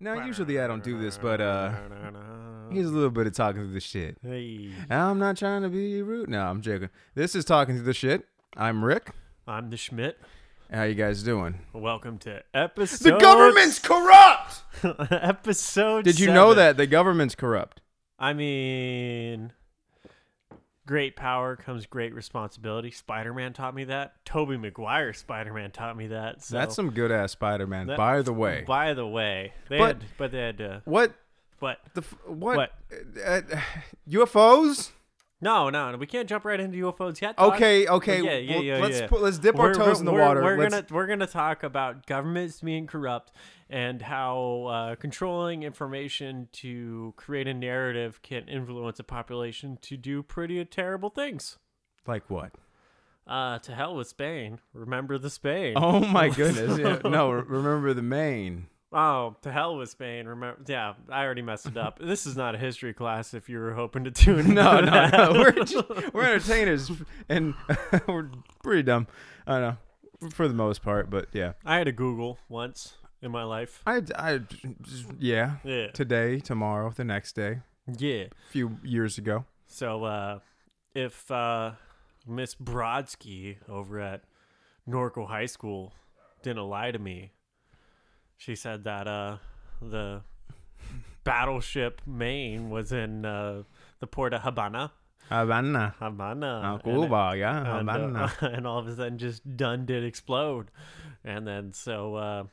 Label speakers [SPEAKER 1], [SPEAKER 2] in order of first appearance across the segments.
[SPEAKER 1] Now, usually I don't do this, but uh, here's a little bit of talking through the shit.
[SPEAKER 2] Hey,
[SPEAKER 1] I'm not trying to be rude. No, I'm joking. This is talking through the shit. I'm Rick.
[SPEAKER 2] I'm the Schmidt.
[SPEAKER 1] How you guys doing?
[SPEAKER 2] Welcome to episode.
[SPEAKER 1] The government's corrupt.
[SPEAKER 2] episode.
[SPEAKER 1] Did you know
[SPEAKER 2] seven.
[SPEAKER 1] that the government's corrupt?
[SPEAKER 2] I mean, great power comes great responsibility. Spider-Man taught me that. Toby Maguire Spider-Man taught me that. So
[SPEAKER 1] That's some good ass Spider-Man.
[SPEAKER 2] that-
[SPEAKER 1] by the way,
[SPEAKER 2] By the way, they
[SPEAKER 1] But-
[SPEAKER 2] had, but they had to.
[SPEAKER 1] what
[SPEAKER 2] But
[SPEAKER 1] the f- what,
[SPEAKER 2] What?
[SPEAKER 1] Uh, uh, UFOs?
[SPEAKER 2] no, no, no, we can't jump right into UFOs yet. dog.
[SPEAKER 1] Okay, okay.
[SPEAKER 2] But yeah, yeah,
[SPEAKER 1] well,
[SPEAKER 2] yeah,
[SPEAKER 1] let's
[SPEAKER 2] yeah.
[SPEAKER 1] Put, let's dip our
[SPEAKER 2] We're-
[SPEAKER 1] toes in the
[SPEAKER 2] we're-
[SPEAKER 1] water.
[SPEAKER 2] We're
[SPEAKER 1] Let's-
[SPEAKER 2] gonna we're gonna talk about governments being corrupt and how uh, controlling information to create a narrative can influence a population to do pretty terrible things.
[SPEAKER 1] like what?
[SPEAKER 2] Uh, to hell with Spain. Remember the Spain.
[SPEAKER 1] Oh my goodness! Yeah, no, re- remember the Maine.
[SPEAKER 2] Oh, to hell with Spain. Remember? Yeah, I already messed it up. this is not a history class. If you were hoping to tune.
[SPEAKER 1] No,
[SPEAKER 2] into
[SPEAKER 1] no, no.
[SPEAKER 2] that.
[SPEAKER 1] We're just, we're entertainers, and we're pretty dumb. I don't know for the most part, but yeah,
[SPEAKER 2] I had a Google once in my life.
[SPEAKER 1] I, I, yeah.
[SPEAKER 2] Yeah.
[SPEAKER 1] Today, tomorrow, the next day,
[SPEAKER 2] Yeah.
[SPEAKER 1] a few years ago.
[SPEAKER 2] So uh, if uh, Miss Brodsky over at Norco High School didn't lie to me, she said that uh, the battleship Maine was in uh, the port of Habana.
[SPEAKER 1] Havana,
[SPEAKER 2] Habana.
[SPEAKER 1] uh, Cuba, yeah,
[SPEAKER 2] And, uh,
[SPEAKER 1] Havana.
[SPEAKER 2] and all of a sudden just done did explode. And then so uh,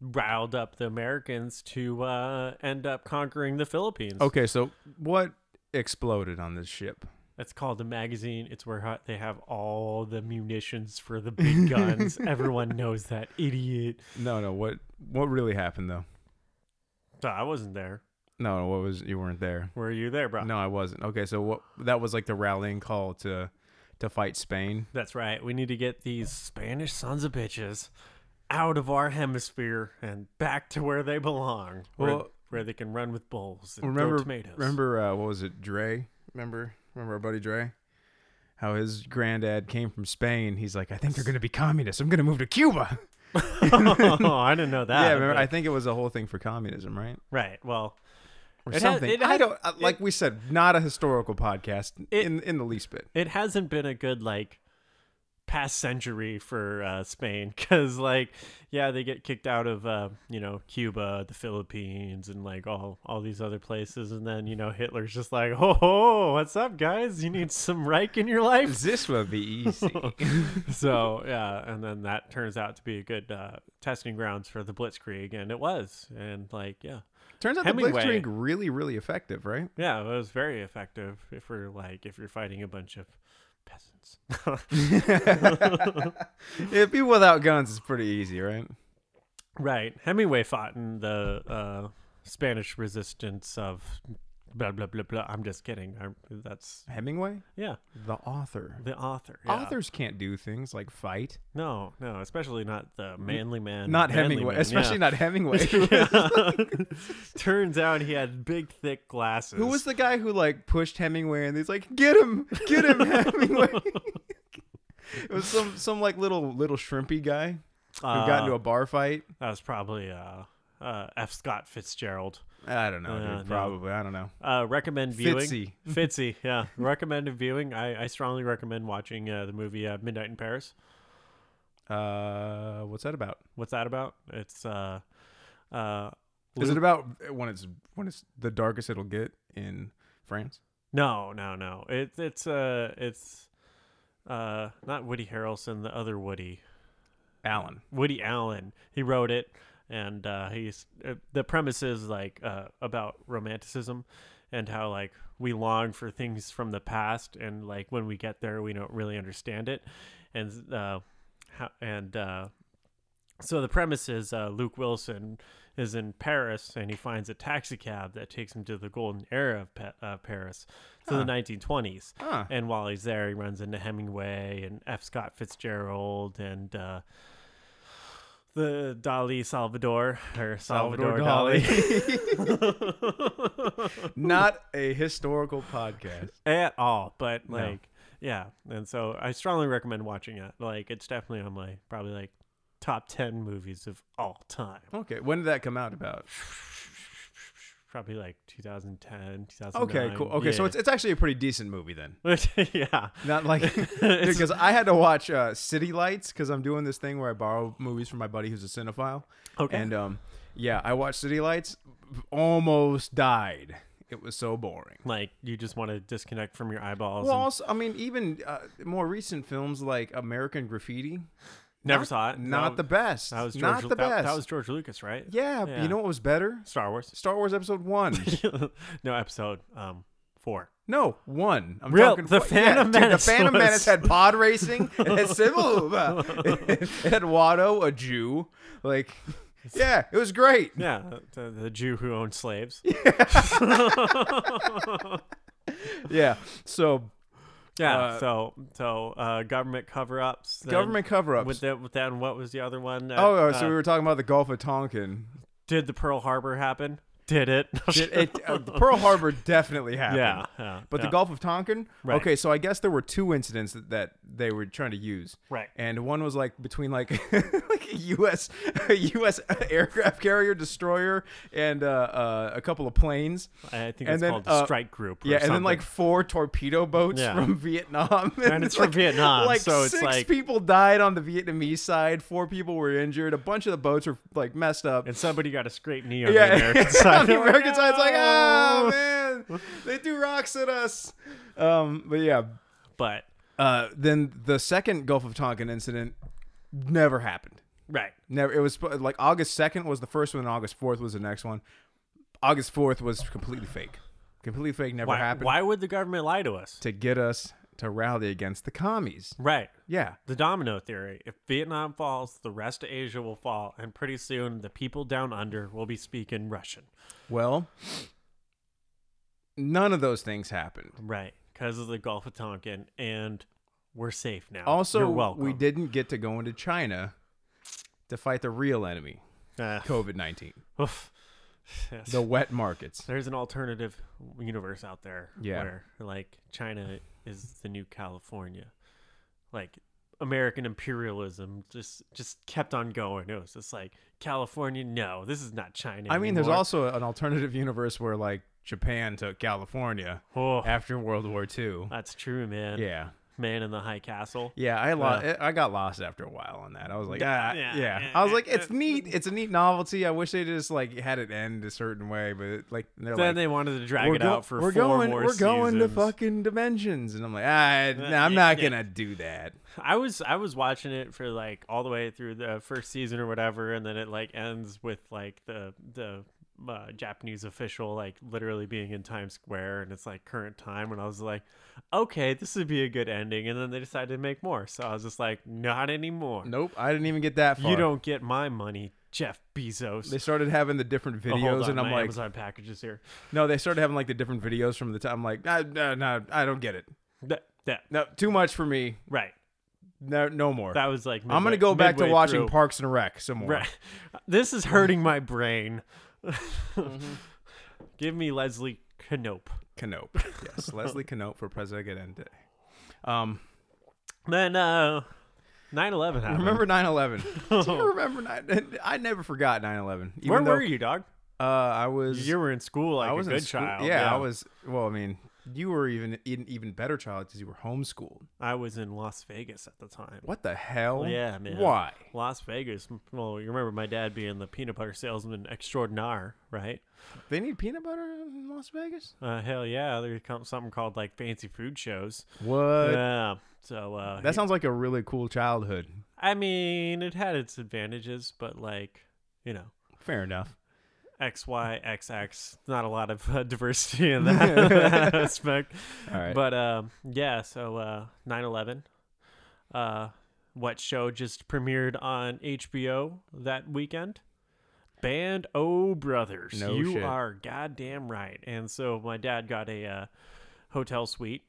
[SPEAKER 2] riled up the Americans to uh, end up conquering the Philippines.
[SPEAKER 1] Okay, so what exploded on this ship?
[SPEAKER 2] That's called a magazine. It's where ho- they have all the munitions for the big guns. Everyone knows that idiot.
[SPEAKER 1] No, no. What what really happened though?
[SPEAKER 2] So I wasn't there.
[SPEAKER 1] No, no. What was you weren't there?
[SPEAKER 2] Were you there, bro?
[SPEAKER 1] No, I wasn't. Okay, so what? That was like the rallying call to to fight Spain.
[SPEAKER 2] That's right. We need to get these Spanish sons of bitches out of our hemisphere and back to where they belong, where,
[SPEAKER 1] Well-
[SPEAKER 2] where they can run with bulls and
[SPEAKER 1] remember
[SPEAKER 2] throw tomatoes.
[SPEAKER 1] remember uh, what was it Dre remember remember our buddy Dre how his granddad came from Spain he's like I think they're gonna be communists I'm gonna move to Cuba
[SPEAKER 2] oh, I didn't know that.
[SPEAKER 1] yeah remember
[SPEAKER 2] but-
[SPEAKER 1] I think it was a whole thing for communism right
[SPEAKER 2] right. Well,
[SPEAKER 1] or
[SPEAKER 2] It had-
[SPEAKER 1] something
[SPEAKER 2] it
[SPEAKER 1] I
[SPEAKER 2] had-
[SPEAKER 1] don't I- like we said not a historical podcast
[SPEAKER 2] It-
[SPEAKER 1] in in the least bit
[SPEAKER 2] it hasn't been a good like past century for uh, Spain because like yeah they get kicked out of uh, you know Cuba, the Philippines, and like all all these other places, and then you know Hitler's just like oh, ho, what's up guys you need some Reich in your life
[SPEAKER 1] this will be easy
[SPEAKER 2] so yeah and then that turns out to be a good uh, testing grounds for the Blitzkrieg and it was and like yeah
[SPEAKER 1] turns out the
[SPEAKER 2] Hemingway.
[SPEAKER 1] Blitzkrieg really really effective right
[SPEAKER 2] yeah it was very effective if we're like if you're fighting a bunch of peasants
[SPEAKER 1] yeah, people without guns is pretty easy right
[SPEAKER 2] Right. Hemingway fought in the uh, Spanish resistance of blah blah blah blah. I'm just kidding. i that's
[SPEAKER 1] Hemingway
[SPEAKER 2] yeah,
[SPEAKER 1] the author
[SPEAKER 2] the author. yeah.
[SPEAKER 1] authors can't do things like fight
[SPEAKER 2] No, no, especially not the manly man.
[SPEAKER 1] not
[SPEAKER 2] manly
[SPEAKER 1] Hemingway
[SPEAKER 2] man,
[SPEAKER 1] especially
[SPEAKER 2] yeah.
[SPEAKER 1] not Hemingway
[SPEAKER 2] Yeah. Turns out he had big, thick glasses.
[SPEAKER 1] Who was the guy who like pushed Hemingway and he's like, "Get him, get him, Hemingway." it was some some like little little shrimpy guy who
[SPEAKER 2] Uh,
[SPEAKER 1] got into a bar fight.
[SPEAKER 2] That was probably uh, uh, F. Scott Fitzgerald.
[SPEAKER 1] I don't know,
[SPEAKER 2] uh,
[SPEAKER 1] dude.
[SPEAKER 2] no.
[SPEAKER 1] Probably I don't know.
[SPEAKER 2] Uh, recommend viewing.
[SPEAKER 1] Fitzy.
[SPEAKER 2] Fitzy, yeah. recommend viewing. I, I strongly recommend watching uh, the movie uh, Midnight in Paris.
[SPEAKER 1] Uh, what's that about?
[SPEAKER 2] What's that about? It's uh, uh,
[SPEAKER 1] Is
[SPEAKER 2] Luke-
[SPEAKER 1] it about uh, when it's when it's the darkest it'll get in France?
[SPEAKER 2] no, no, no. It's it's uh, it's uh, not Woody Harrelson, the other Woody,
[SPEAKER 1] Alan.
[SPEAKER 2] Woody Allen. He wrote it, and uh, he's uh, the premise is like uh, about romanticism and how like we long for things from the past, and like when we get there, we don't really understand it, and uh, how, and uh, so the premise is uh, Luke Wilson is in Paris and he finds a taxi cab that takes him to the golden era of pa- uh, Paris, to
[SPEAKER 1] Huh.
[SPEAKER 2] the 1920s.
[SPEAKER 1] Huh.
[SPEAKER 2] And while he's there, he runs into Hemingway and F. Scott Fitzgerald and uh, the Dali Salvador or Salvador, Dali.
[SPEAKER 1] Not a historical podcast.
[SPEAKER 2] At all, but
[SPEAKER 1] No.
[SPEAKER 2] like, yeah. And so I strongly recommend watching it. Like, it's definitely on my probably like top 10 movies of all time.
[SPEAKER 1] Okay, when did that come out about?
[SPEAKER 2] Probably like 2010, 2009.
[SPEAKER 1] Okay, cool. Okay, so it's, it's actually a pretty decent movie then.
[SPEAKER 2] it's. yeah.
[SPEAKER 1] Not like
[SPEAKER 2] It's-
[SPEAKER 1] because I had to watch uh, City Lights because I'm doing this thing where I borrow movies from my buddy who's a cinephile.
[SPEAKER 2] Okay.
[SPEAKER 1] And um, yeah, I watched City Lights, almost died. It was so boring.
[SPEAKER 2] like, you just want to disconnect from your eyeballs.
[SPEAKER 1] Well,
[SPEAKER 2] and-
[SPEAKER 1] also, I mean, even uh, more recent films like American Graffiti.
[SPEAKER 2] never
[SPEAKER 1] not-
[SPEAKER 2] saw it.
[SPEAKER 1] Not the
[SPEAKER 2] That-
[SPEAKER 1] best.
[SPEAKER 2] That was George,
[SPEAKER 1] not the
[SPEAKER 2] that-
[SPEAKER 1] best.
[SPEAKER 2] That, was George Lucas, right?
[SPEAKER 1] yeah, but
[SPEAKER 2] Yeah.
[SPEAKER 1] you know what was better?
[SPEAKER 2] Star Wars.
[SPEAKER 1] Star Wars Episode One.
[SPEAKER 2] no, episode um four.
[SPEAKER 1] No, one. I'm
[SPEAKER 2] Real-
[SPEAKER 1] talking
[SPEAKER 2] the
[SPEAKER 1] one-
[SPEAKER 2] Phantom
[SPEAKER 1] dude,
[SPEAKER 2] Menace
[SPEAKER 1] The Phantom
[SPEAKER 2] was-
[SPEAKER 1] Menace had pod racing. It had civil. it had Watto, a Jew. Like, yeah, it was great.
[SPEAKER 2] Yeah, the, the Jew who owned slaves.
[SPEAKER 1] Yeah. So
[SPEAKER 2] Yeah.
[SPEAKER 1] Uh,
[SPEAKER 2] so so uh, government cover ups.
[SPEAKER 1] government cover-ups.
[SPEAKER 2] With that, with that, and what was the other one? Uh,
[SPEAKER 1] oh,
[SPEAKER 2] uh,
[SPEAKER 1] so we were talking about the Gulf of Tonkin.
[SPEAKER 2] did the Pearl Harbor happen? Did it?
[SPEAKER 1] It, it, uh, Pearl Harbor definitely happened.
[SPEAKER 2] yeah, yeah.
[SPEAKER 1] But
[SPEAKER 2] yeah.
[SPEAKER 1] the Gulf of Tonkin.
[SPEAKER 2] Right.
[SPEAKER 1] Okay, so I guess there were two incidents that, that they were trying to use.
[SPEAKER 2] Right.
[SPEAKER 1] And one was like between like like a U.S. a U.S. aircraft carrier destroyer and uh, uh, a couple of planes.
[SPEAKER 2] I think
[SPEAKER 1] and
[SPEAKER 2] it's
[SPEAKER 1] then,
[SPEAKER 2] called
[SPEAKER 1] uh,
[SPEAKER 2] the Strike Group. Or
[SPEAKER 1] Yeah, and then
[SPEAKER 2] something.
[SPEAKER 1] like four torpedo boats
[SPEAKER 2] Yeah.
[SPEAKER 1] from Vietnam,
[SPEAKER 2] And it's from Vietnam,
[SPEAKER 1] Like
[SPEAKER 2] so it's
[SPEAKER 1] six
[SPEAKER 2] like-
[SPEAKER 1] people died on the Vietnamese side. Four people were injured. A bunch of the boats are like messed up.
[SPEAKER 2] and somebody got a scrape knee on the
[SPEAKER 1] yeah,
[SPEAKER 2] American side.
[SPEAKER 1] on the
[SPEAKER 2] They're like,
[SPEAKER 1] American side's like,
[SPEAKER 2] "No!"
[SPEAKER 1] oh man, they threw rocks at us. Um, but yeah,
[SPEAKER 2] But
[SPEAKER 1] uh, then the second Gulf of Tonkin incident never happened.
[SPEAKER 2] right,
[SPEAKER 1] Never. It was sp- like August second was the first one. and August fourth was the next one. August fourth was completely fake. Completely fake. Never
[SPEAKER 2] why,
[SPEAKER 1] happened.
[SPEAKER 2] why would the government lie to us?
[SPEAKER 1] To get us to rally against the commies.
[SPEAKER 2] Right.
[SPEAKER 1] Yeah.
[SPEAKER 2] The domino theory. If Vietnam falls, the rest of Asia will fall, and pretty soon the people down under will be speaking Russian.
[SPEAKER 1] Well, none of those things happened.
[SPEAKER 2] Right, because of the Gulf of Tonkin, and we're safe now. You're
[SPEAKER 1] Also,
[SPEAKER 2] welcome.
[SPEAKER 1] we didn't get to go into China to fight the real enemy,
[SPEAKER 2] Uh,
[SPEAKER 1] COVID nineteen,
[SPEAKER 2] oof. Yes.
[SPEAKER 1] the wet markets.
[SPEAKER 2] There's an alternative universe out there
[SPEAKER 1] Yeah.
[SPEAKER 2] where, like, China is the new California. Like, American imperialism just just kept on going. It was just like California. No, this is not China.
[SPEAKER 1] I mean, there's
[SPEAKER 2] anymore.
[SPEAKER 1] also an alternative universe where like Japan took California
[SPEAKER 2] Oh,
[SPEAKER 1] after World War II.
[SPEAKER 2] that's true, man.
[SPEAKER 1] Yeah.
[SPEAKER 2] Man in the High Castle.
[SPEAKER 1] Yeah, I lost. I got lost after a while on that. I was like, ah,
[SPEAKER 2] yeah,
[SPEAKER 1] yeah,
[SPEAKER 2] yeah,
[SPEAKER 1] I was like,
[SPEAKER 2] yeah,
[SPEAKER 1] it's neat. It's a neat novelty. I wish they just like had it end a certain way, but it, like they're
[SPEAKER 2] Then
[SPEAKER 1] like,
[SPEAKER 2] they wanted to drag
[SPEAKER 1] we're,
[SPEAKER 2] it
[SPEAKER 1] go-
[SPEAKER 2] out for
[SPEAKER 1] we're
[SPEAKER 2] four
[SPEAKER 1] going,
[SPEAKER 2] more
[SPEAKER 1] we're going to
[SPEAKER 2] seasons.
[SPEAKER 1] fucking dimensions, and I'm like, ah, no, I'm
[SPEAKER 2] yeah,
[SPEAKER 1] not
[SPEAKER 2] yeah.
[SPEAKER 1] gonna do that.
[SPEAKER 2] I was I was watching it for like all the way through the first season or whatever, and then it like ends with like the the uh, Japanese official like literally being in Times Square, and it's like current time, and I was like, okay, this would be a good ending, and then they decided to make more, so I was just like, not anymore.
[SPEAKER 1] Nope, I didn't even get that far.
[SPEAKER 2] you don't get my money, Jeff Bezos.
[SPEAKER 1] They started having the different
[SPEAKER 2] Oh,
[SPEAKER 1] videos,
[SPEAKER 2] hold on,
[SPEAKER 1] and I'm
[SPEAKER 2] my
[SPEAKER 1] like,
[SPEAKER 2] Amazon packages here.
[SPEAKER 1] no, they started having like the different videos from the time. I'm like, no, no, no, I don't get it.
[SPEAKER 2] That that
[SPEAKER 1] No, too much for me.
[SPEAKER 2] right.
[SPEAKER 1] No, no more.
[SPEAKER 2] That was like
[SPEAKER 1] I'm gonna
[SPEAKER 2] midway-
[SPEAKER 1] go back to
[SPEAKER 2] midway
[SPEAKER 1] watching
[SPEAKER 2] through.
[SPEAKER 1] Parks and Rec some more.
[SPEAKER 2] Right. This is hurting my brain. Give me Leslie Knope.
[SPEAKER 1] Canope. Yes, Leslie Canope for Presidente. Um,
[SPEAKER 2] Then uh 9/11 happened.
[SPEAKER 1] remember 9/11? Do you remember 9? I never forgot 9/11. Even
[SPEAKER 2] where
[SPEAKER 1] though,
[SPEAKER 2] were you, dog?
[SPEAKER 1] Uh, I was.
[SPEAKER 2] You were in school like
[SPEAKER 1] I was
[SPEAKER 2] a
[SPEAKER 1] in
[SPEAKER 2] good
[SPEAKER 1] school-
[SPEAKER 2] child.
[SPEAKER 1] Yeah, I was. Well, I mean, you were even an even better child because you were homeschooled.
[SPEAKER 2] I was in Las Vegas at the time.
[SPEAKER 1] What the hell?
[SPEAKER 2] Yeah, man.
[SPEAKER 1] Why?
[SPEAKER 2] Las Vegas. Well, you remember my dad being the peanut butter salesman extraordinaire, right?
[SPEAKER 1] They need peanut butter in Las Vegas?
[SPEAKER 2] Uh, hell yeah, there's com- something called like fancy food shows.
[SPEAKER 1] What?
[SPEAKER 2] yeah. So uh,
[SPEAKER 1] that sounds like a really cool childhood.
[SPEAKER 2] I mean, it had its advantages, but like, you know,
[SPEAKER 1] Fair enough.
[SPEAKER 2] XYXX. Not a lot of uh, diversity in that aspect.
[SPEAKER 1] All right.
[SPEAKER 2] But um, yeah, so uh, 9/11. Uh, what show just premiered on HBO that weekend? Band O Brothers.
[SPEAKER 1] No
[SPEAKER 2] you
[SPEAKER 1] shit.
[SPEAKER 2] are goddamn right. And so my dad got a uh, hotel suite,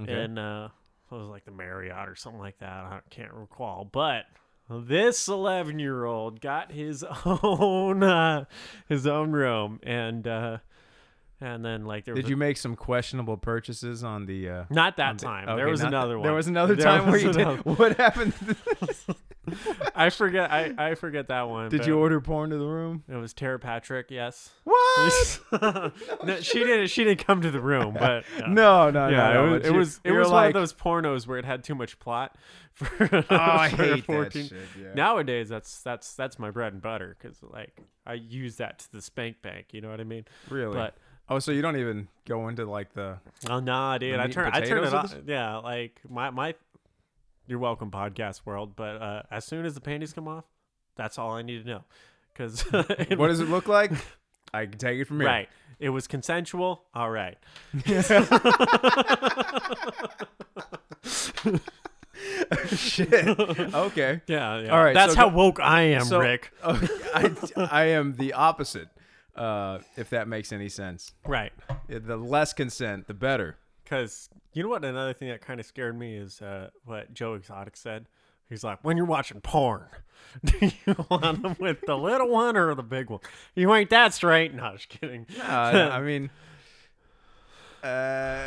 [SPEAKER 1] Okay.
[SPEAKER 2] and uh, it was like the Marriott or something like that. I can't recall, but. This eleven-year-old got his own uh, his own room, and uh, And then like there was
[SPEAKER 1] Did you make some questionable purchases on the? Uh,
[SPEAKER 2] a, not
[SPEAKER 1] on
[SPEAKER 2] that
[SPEAKER 1] the-
[SPEAKER 2] time.
[SPEAKER 1] okay,
[SPEAKER 2] there was
[SPEAKER 1] not
[SPEAKER 2] another
[SPEAKER 1] that-
[SPEAKER 2] one.
[SPEAKER 1] There was another
[SPEAKER 2] There
[SPEAKER 1] time
[SPEAKER 2] was
[SPEAKER 1] where you
[SPEAKER 2] another-
[SPEAKER 1] did. What happened?
[SPEAKER 2] I forget. I, I forget that one.
[SPEAKER 1] did
[SPEAKER 2] but
[SPEAKER 1] you order porn to the room?
[SPEAKER 2] It was Tara Patrick. Yes.
[SPEAKER 1] What?
[SPEAKER 2] no, she didn't. She didn't come to the room, but uh,
[SPEAKER 1] No, no,
[SPEAKER 2] Yeah,
[SPEAKER 1] no. no,
[SPEAKER 2] it was
[SPEAKER 1] but
[SPEAKER 2] it
[SPEAKER 1] you-
[SPEAKER 2] was, it
[SPEAKER 1] you're
[SPEAKER 2] was
[SPEAKER 1] like,
[SPEAKER 2] one of those pornos where it had too much plot. For, oh,
[SPEAKER 1] Oh, I hate that shit. Yeah.
[SPEAKER 2] Nowadays, that's that's that's my bread and butter because like I use that to the spank bank. You know what I mean?
[SPEAKER 1] really.
[SPEAKER 2] But
[SPEAKER 1] oh, so you don't even go into like the
[SPEAKER 2] oh nah, dude, I
[SPEAKER 1] meat and
[SPEAKER 2] turn I turn
[SPEAKER 1] potatoes
[SPEAKER 2] it
[SPEAKER 1] of
[SPEAKER 2] off.
[SPEAKER 1] this?
[SPEAKER 2] Yeah, like my my. You're welcome, podcast world. But uh, as soon as the panties come off, that's all I need to know. Because
[SPEAKER 1] what does it look like? I can take it from here.
[SPEAKER 2] Right. It was consensual. All right.
[SPEAKER 1] Shit. Okay.
[SPEAKER 2] Yeah. yeah.
[SPEAKER 1] All right,
[SPEAKER 2] That's
[SPEAKER 1] so
[SPEAKER 2] how
[SPEAKER 1] go-
[SPEAKER 2] woke I am,
[SPEAKER 1] So-
[SPEAKER 2] Rick.
[SPEAKER 1] Oh, I, I am the opposite. Uh, if that makes any sense,
[SPEAKER 2] Right.
[SPEAKER 1] the less consent, the better.
[SPEAKER 2] Because you know what? Another thing that kind of scared me is uh, what Joe Exotic said. He's like, when you're watching porn, do you want them with the little one or the big one? You ain't that straight. No, just kidding.
[SPEAKER 1] Uh, I mean, uh,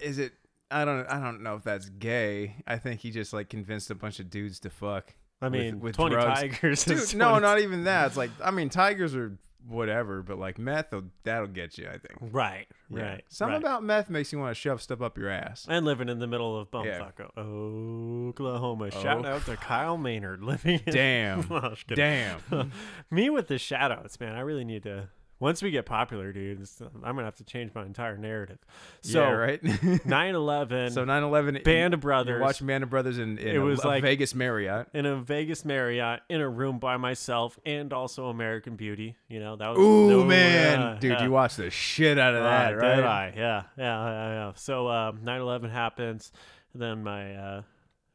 [SPEAKER 1] is it? I don't. I don't know if that's gay. I think he just like convinced a bunch of dudes to fuck.
[SPEAKER 2] I mean,
[SPEAKER 1] with, with
[SPEAKER 2] 20
[SPEAKER 1] drugs.
[SPEAKER 2] tigers. is
[SPEAKER 1] Dude, no,
[SPEAKER 2] 20
[SPEAKER 1] not even that. It's like I mean, tigers are whatever, but like meth, will- that'll get you. I think.
[SPEAKER 2] Right.
[SPEAKER 1] Yeah.
[SPEAKER 2] Right.
[SPEAKER 1] Something
[SPEAKER 2] right.
[SPEAKER 1] about meth makes you want to shove stuff up your ass.
[SPEAKER 2] and living in the middle of
[SPEAKER 1] Yeah. Oh.
[SPEAKER 2] bumfuck Oklahoma. Shout out to Kyle Maynard living. In-
[SPEAKER 1] Damn.
[SPEAKER 2] No, just kidding.
[SPEAKER 1] Damn.
[SPEAKER 2] Me with the shout outs, man. I really need to. Once we get popular, dude, this- I'm going to have to change my entire narrative. So,
[SPEAKER 1] yeah, right.
[SPEAKER 2] 9 11,
[SPEAKER 1] so 9/11.
[SPEAKER 2] Band of
[SPEAKER 1] You're
[SPEAKER 2] Brothers
[SPEAKER 1] watching Band of Brothers in, in
[SPEAKER 2] It
[SPEAKER 1] a-
[SPEAKER 2] was
[SPEAKER 1] a
[SPEAKER 2] like-
[SPEAKER 1] Vegas Marriott.
[SPEAKER 2] in a Vegas Marriott in a room by myself and also American Beauty. You know, that was.
[SPEAKER 1] Ooh
[SPEAKER 2] oh,
[SPEAKER 1] man,
[SPEAKER 2] yeah,
[SPEAKER 1] dude,
[SPEAKER 2] yeah.
[SPEAKER 1] you watched the shit out of
[SPEAKER 2] Uh,
[SPEAKER 1] that, right?
[SPEAKER 2] Did I? Yeah, yeah, yeah. yeah. So um, 9/11 happens, and then my uh,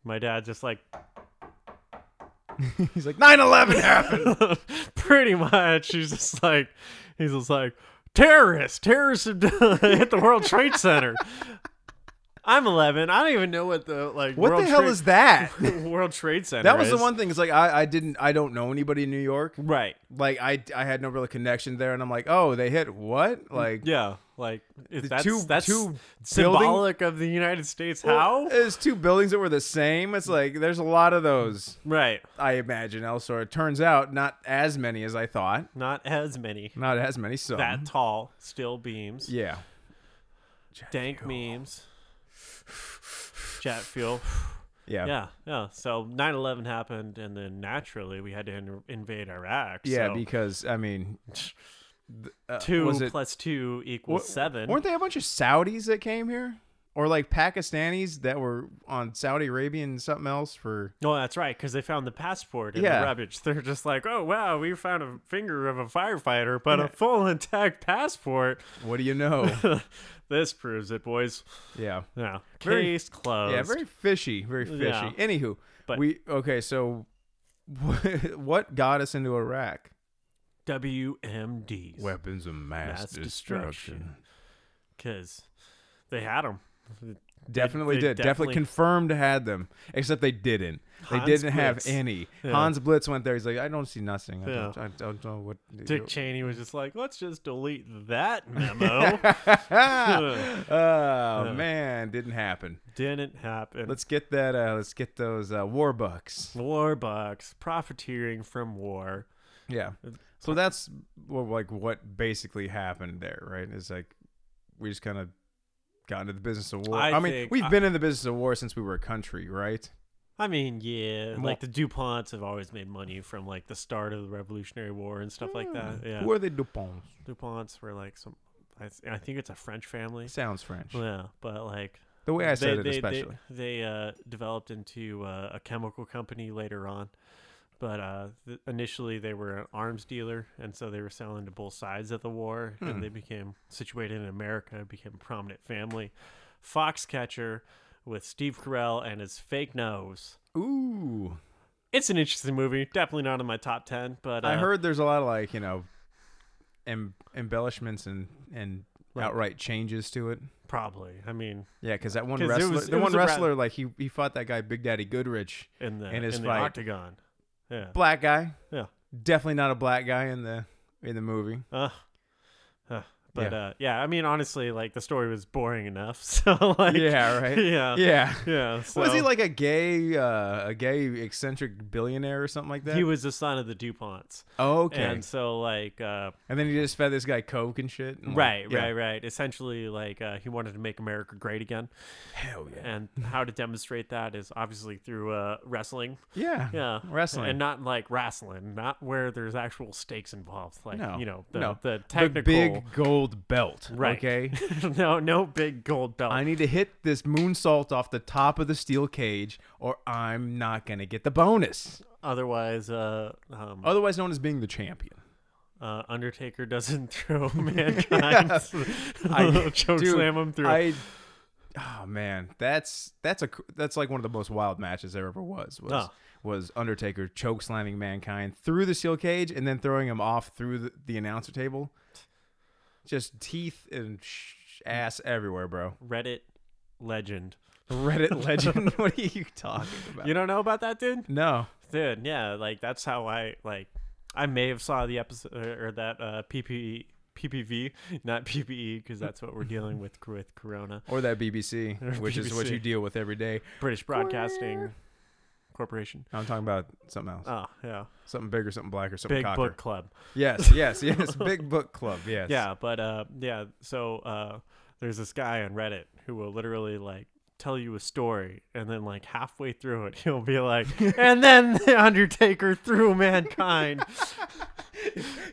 [SPEAKER 2] my dad just like
[SPEAKER 1] He's like 9/11 happened.
[SPEAKER 2] pretty much he's just like he's just like terrorists terrorists have done- hit the world trade center i'm 11 i don't even know what the like
[SPEAKER 1] What
[SPEAKER 2] world
[SPEAKER 1] the hell
[SPEAKER 2] trade,
[SPEAKER 1] is that?
[SPEAKER 2] world trade center
[SPEAKER 1] That was the
[SPEAKER 2] is.
[SPEAKER 1] one thing. It's like I, I didn't I don't know anybody in New York.
[SPEAKER 2] right
[SPEAKER 1] Like I I had no real connection there, and I'm like, oh, they hit
[SPEAKER 2] Mm.
[SPEAKER 1] what? Like
[SPEAKER 2] yeah like if that's
[SPEAKER 1] two-
[SPEAKER 2] that's
[SPEAKER 1] two
[SPEAKER 2] symbolic of the united states how
[SPEAKER 1] There's two buildings that were the same. It's like there's a lot of those.
[SPEAKER 2] right
[SPEAKER 1] I imagine elsewhere. It turns out not as many as I thought.
[SPEAKER 2] not as many
[SPEAKER 1] Not as many. So
[SPEAKER 2] that tall still beams
[SPEAKER 1] Mm-hmm. yeah.
[SPEAKER 2] dank memes jet fuel
[SPEAKER 1] Yeah.
[SPEAKER 2] Yeah, yeah. So 9/11 happened, and then naturally we had to in- invade Iraq.
[SPEAKER 1] Yeah,
[SPEAKER 2] so
[SPEAKER 1] because I mean, th- uh,
[SPEAKER 2] two
[SPEAKER 1] was it-
[SPEAKER 2] plus two equals
[SPEAKER 1] Wa-
[SPEAKER 2] seven.
[SPEAKER 1] Weren't they a bunch of Saudis that came here, or like Pakistanis that were on Saudi Arabian and something else for?
[SPEAKER 2] No, that's right, because they found the passport in
[SPEAKER 1] Yeah.
[SPEAKER 2] the rubbish. They're just like, oh wow, we found a finger of a firefighter, but a full intact passport.
[SPEAKER 1] What do you know?
[SPEAKER 2] this proves it, boys.
[SPEAKER 1] yeah.
[SPEAKER 2] Yeah,
[SPEAKER 1] Very-
[SPEAKER 2] case closed.
[SPEAKER 1] Yeah, very fishy, very fishy.
[SPEAKER 2] Yeah.
[SPEAKER 1] Anywho,
[SPEAKER 2] But-
[SPEAKER 1] we okay. So, what, what got us into Iraq?
[SPEAKER 2] WMDs.
[SPEAKER 1] Weapons of mass,
[SPEAKER 2] Mass destruction. Because they had them.
[SPEAKER 1] Definitely
[SPEAKER 2] They- they
[SPEAKER 1] did. Definitely,
[SPEAKER 2] definitely-
[SPEAKER 1] confirmed had them except they didn't. They
[SPEAKER 2] Hans
[SPEAKER 1] didn't have
[SPEAKER 2] Blitz.
[SPEAKER 1] any.
[SPEAKER 2] Yeah.
[SPEAKER 1] Hans Blitz went there. He's like, I don't see nothing. I,
[SPEAKER 2] Yeah.
[SPEAKER 1] don't, I don't know what.
[SPEAKER 2] Dick Cheney was just like, let's just delete that memo.
[SPEAKER 1] oh man, didn't happen.
[SPEAKER 2] Didn't happen.
[SPEAKER 1] Let's get that. Uh, let's get those uh, war bucks.
[SPEAKER 2] war bucks profiteering from war
[SPEAKER 1] Yeah. So that's well, like what basically happened there, right? It's like we just kind of got into the business of war.
[SPEAKER 2] I
[SPEAKER 1] I, mean,
[SPEAKER 2] think-
[SPEAKER 1] we've
[SPEAKER 2] I-
[SPEAKER 1] been in the business of war since we were a country, right?
[SPEAKER 2] i mean yeah
[SPEAKER 1] Mo-
[SPEAKER 2] like the duponts have always made money from like the start of the revolutionary war and stuff like that yeah
[SPEAKER 1] Who are the Duponts?
[SPEAKER 2] duponts were like some I, th- I think it's a french family
[SPEAKER 1] Sounds French.
[SPEAKER 2] yeah but like
[SPEAKER 1] The way I said
[SPEAKER 2] they,
[SPEAKER 1] it,
[SPEAKER 2] they,
[SPEAKER 1] especially.
[SPEAKER 2] they, they uh developed into uh, a chemical company later on but uh, th- initially they were an arms dealer and so they were selling to both sides of the war
[SPEAKER 1] Hmm.
[SPEAKER 2] and they became situated in america became a prominent family foxcatcher with steve carell and his fake nose
[SPEAKER 1] Ooh,
[SPEAKER 2] it's an interesting movie definitely not in my top 10 but uh,
[SPEAKER 1] I heard there's a lot of like you know, em- embellishments and and
[SPEAKER 2] Like-
[SPEAKER 1] outright changes to it.
[SPEAKER 2] probably i mean
[SPEAKER 1] Yeah, because that one
[SPEAKER 2] 'Cause it
[SPEAKER 1] wrestler,
[SPEAKER 2] was-
[SPEAKER 1] the
[SPEAKER 2] it was
[SPEAKER 1] one
[SPEAKER 2] a ra-
[SPEAKER 1] wrestler, like he he fought that guy Big Daddy Goodrich,
[SPEAKER 2] in the
[SPEAKER 1] In his
[SPEAKER 2] in the
[SPEAKER 1] fight.
[SPEAKER 2] octagon yeah
[SPEAKER 1] black guy.
[SPEAKER 2] Yeah.
[SPEAKER 1] definitely not a black guy in the in the movie.
[SPEAKER 2] uh, uh, But
[SPEAKER 1] Yeah.
[SPEAKER 2] uh, yeah, I mean, honestly, like the story was boring enough. So like,
[SPEAKER 1] Yeah, right?
[SPEAKER 2] yeah, yeah.
[SPEAKER 1] Yeah.
[SPEAKER 2] so
[SPEAKER 1] Was he like a gay, uh, a gay eccentric billionaire or something like that?
[SPEAKER 2] he was the son of the Duponts,
[SPEAKER 1] oh, okay.
[SPEAKER 2] and
[SPEAKER 1] And,
[SPEAKER 2] so like, uh,
[SPEAKER 1] then he just fed this guy coke and shit. and, like,
[SPEAKER 2] right,
[SPEAKER 1] yeah.
[SPEAKER 2] right, right. Essentially, like uh, he wanted to make America great again,
[SPEAKER 1] Hell yeah.
[SPEAKER 2] and how to demonstrate that is obviously through uh, wrestling.
[SPEAKER 1] Yeah.
[SPEAKER 2] Yeah,
[SPEAKER 1] Wrestling.
[SPEAKER 2] and not like wrestling, not where there's actual stakes involved. Like
[SPEAKER 1] No,
[SPEAKER 2] you know, the,
[SPEAKER 1] no.
[SPEAKER 2] the
[SPEAKER 1] The
[SPEAKER 2] technical.
[SPEAKER 1] big gold belt.
[SPEAKER 2] Right.
[SPEAKER 1] Okay.
[SPEAKER 2] no, no big gold belt.
[SPEAKER 1] I need to hit this moonsault off the top of the steel cage, or I'm not gonna get the bonus.
[SPEAKER 2] Otherwise, uh, um,
[SPEAKER 1] Otherwise known as being the champion.
[SPEAKER 2] uh, Undertaker doesn't throw mankind.
[SPEAKER 1] I-
[SPEAKER 2] choke
[SPEAKER 1] dude,
[SPEAKER 2] slam him through.
[SPEAKER 1] I. Oh man, that's that's a cr- that's like one of the most wild matches there ever was. Was
[SPEAKER 2] Oh.
[SPEAKER 1] was Undertaker choke slamming mankind through the steel cage and then throwing him off through the, the announcer table. Just teeth and sh- ass everywhere, bro.
[SPEAKER 2] Reddit legend.
[SPEAKER 1] Reddit legend. what are you talking about?
[SPEAKER 2] You don't know about that, dude?
[SPEAKER 1] no.
[SPEAKER 2] Dude, yeah, like that's how I like. I may have saw the episode or that uh, PPE. PPV, not PPE, because that's what we're dealing with with Corona.
[SPEAKER 1] Or that BBC,
[SPEAKER 2] Or
[SPEAKER 1] which is what
[SPEAKER 2] BBC.
[SPEAKER 1] you deal with every day.
[SPEAKER 2] British Broadcasting Corporation.
[SPEAKER 1] I'm talking about something else.
[SPEAKER 2] Oh, yeah.
[SPEAKER 1] something bigger, something blacker, something
[SPEAKER 2] Big
[SPEAKER 1] cocker.
[SPEAKER 2] Book Club.
[SPEAKER 1] Yes, yes, yes. Big book club. Yes.
[SPEAKER 2] Yeah, but uh, yeah. So uh, there's this guy on Reddit who will literally like tell you a story, and then like halfway through it, he'll be like, "And then the Undertaker threw mankind."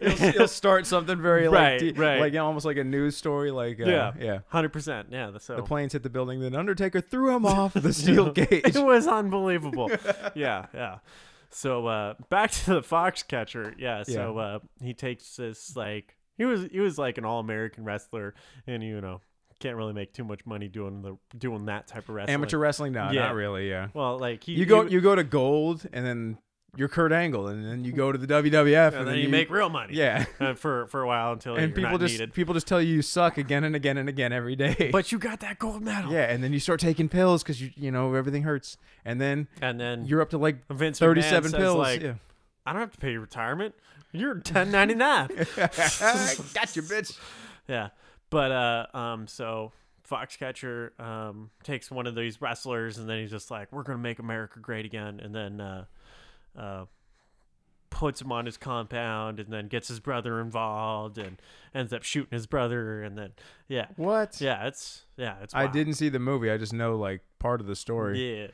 [SPEAKER 1] He'll, he'll start something very like
[SPEAKER 2] Right,
[SPEAKER 1] de-
[SPEAKER 2] right.
[SPEAKER 1] like you know, almost like a news story. Like uh,
[SPEAKER 2] yeah,
[SPEAKER 1] yeah, yeah.
[SPEAKER 2] hundred percent. Yeah, the- so
[SPEAKER 1] The planes hit the building, then Undertaker threw him off the steel cage.
[SPEAKER 2] it was unbelievable. yeah, yeah. So uh, back to the fox catcher. Yeah. So uh, he takes this like he was he was like an all American wrestler, and you know can't really make too much money doing the doing that type of wrestling.
[SPEAKER 1] Amateur wrestling, no,
[SPEAKER 2] Yeah.
[SPEAKER 1] not really. Yeah,
[SPEAKER 2] Well, like he,
[SPEAKER 1] you go, you go to gold, and then you're Kurt Angle, and then you go to the WWF,
[SPEAKER 2] and then you make real money.
[SPEAKER 1] yeah.
[SPEAKER 2] uh, for for a while until
[SPEAKER 1] And
[SPEAKER 2] you're
[SPEAKER 1] people
[SPEAKER 2] not
[SPEAKER 1] just
[SPEAKER 2] needed.
[SPEAKER 1] people just tell you you suck again and again and again every day.
[SPEAKER 2] But you got that gold medal.
[SPEAKER 1] yeah, and then you start taking pills because you you know everything hurts, and then
[SPEAKER 2] And then
[SPEAKER 1] you're up to like
[SPEAKER 2] Vince
[SPEAKER 1] thirty-seven
[SPEAKER 2] McMahon says,
[SPEAKER 1] pills.
[SPEAKER 2] Like,
[SPEAKER 1] yeah.
[SPEAKER 2] I don't have to pay your retirement. You're ten ninety nine.
[SPEAKER 1] "Ah, Got you, bitch.
[SPEAKER 2] Yeah. But uh um so Foxcatcher um takes one of these wrestlers and then he's just like, We're gonna make America great again and then uh uh puts him on his compound and then gets his brother involved and ends up shooting his brother and then yeah.
[SPEAKER 1] What?
[SPEAKER 2] Yeah, it's yeah, it's
[SPEAKER 1] I
[SPEAKER 2] wild.
[SPEAKER 1] didn't see the movie. I just know like part of the story.
[SPEAKER 2] Yeah.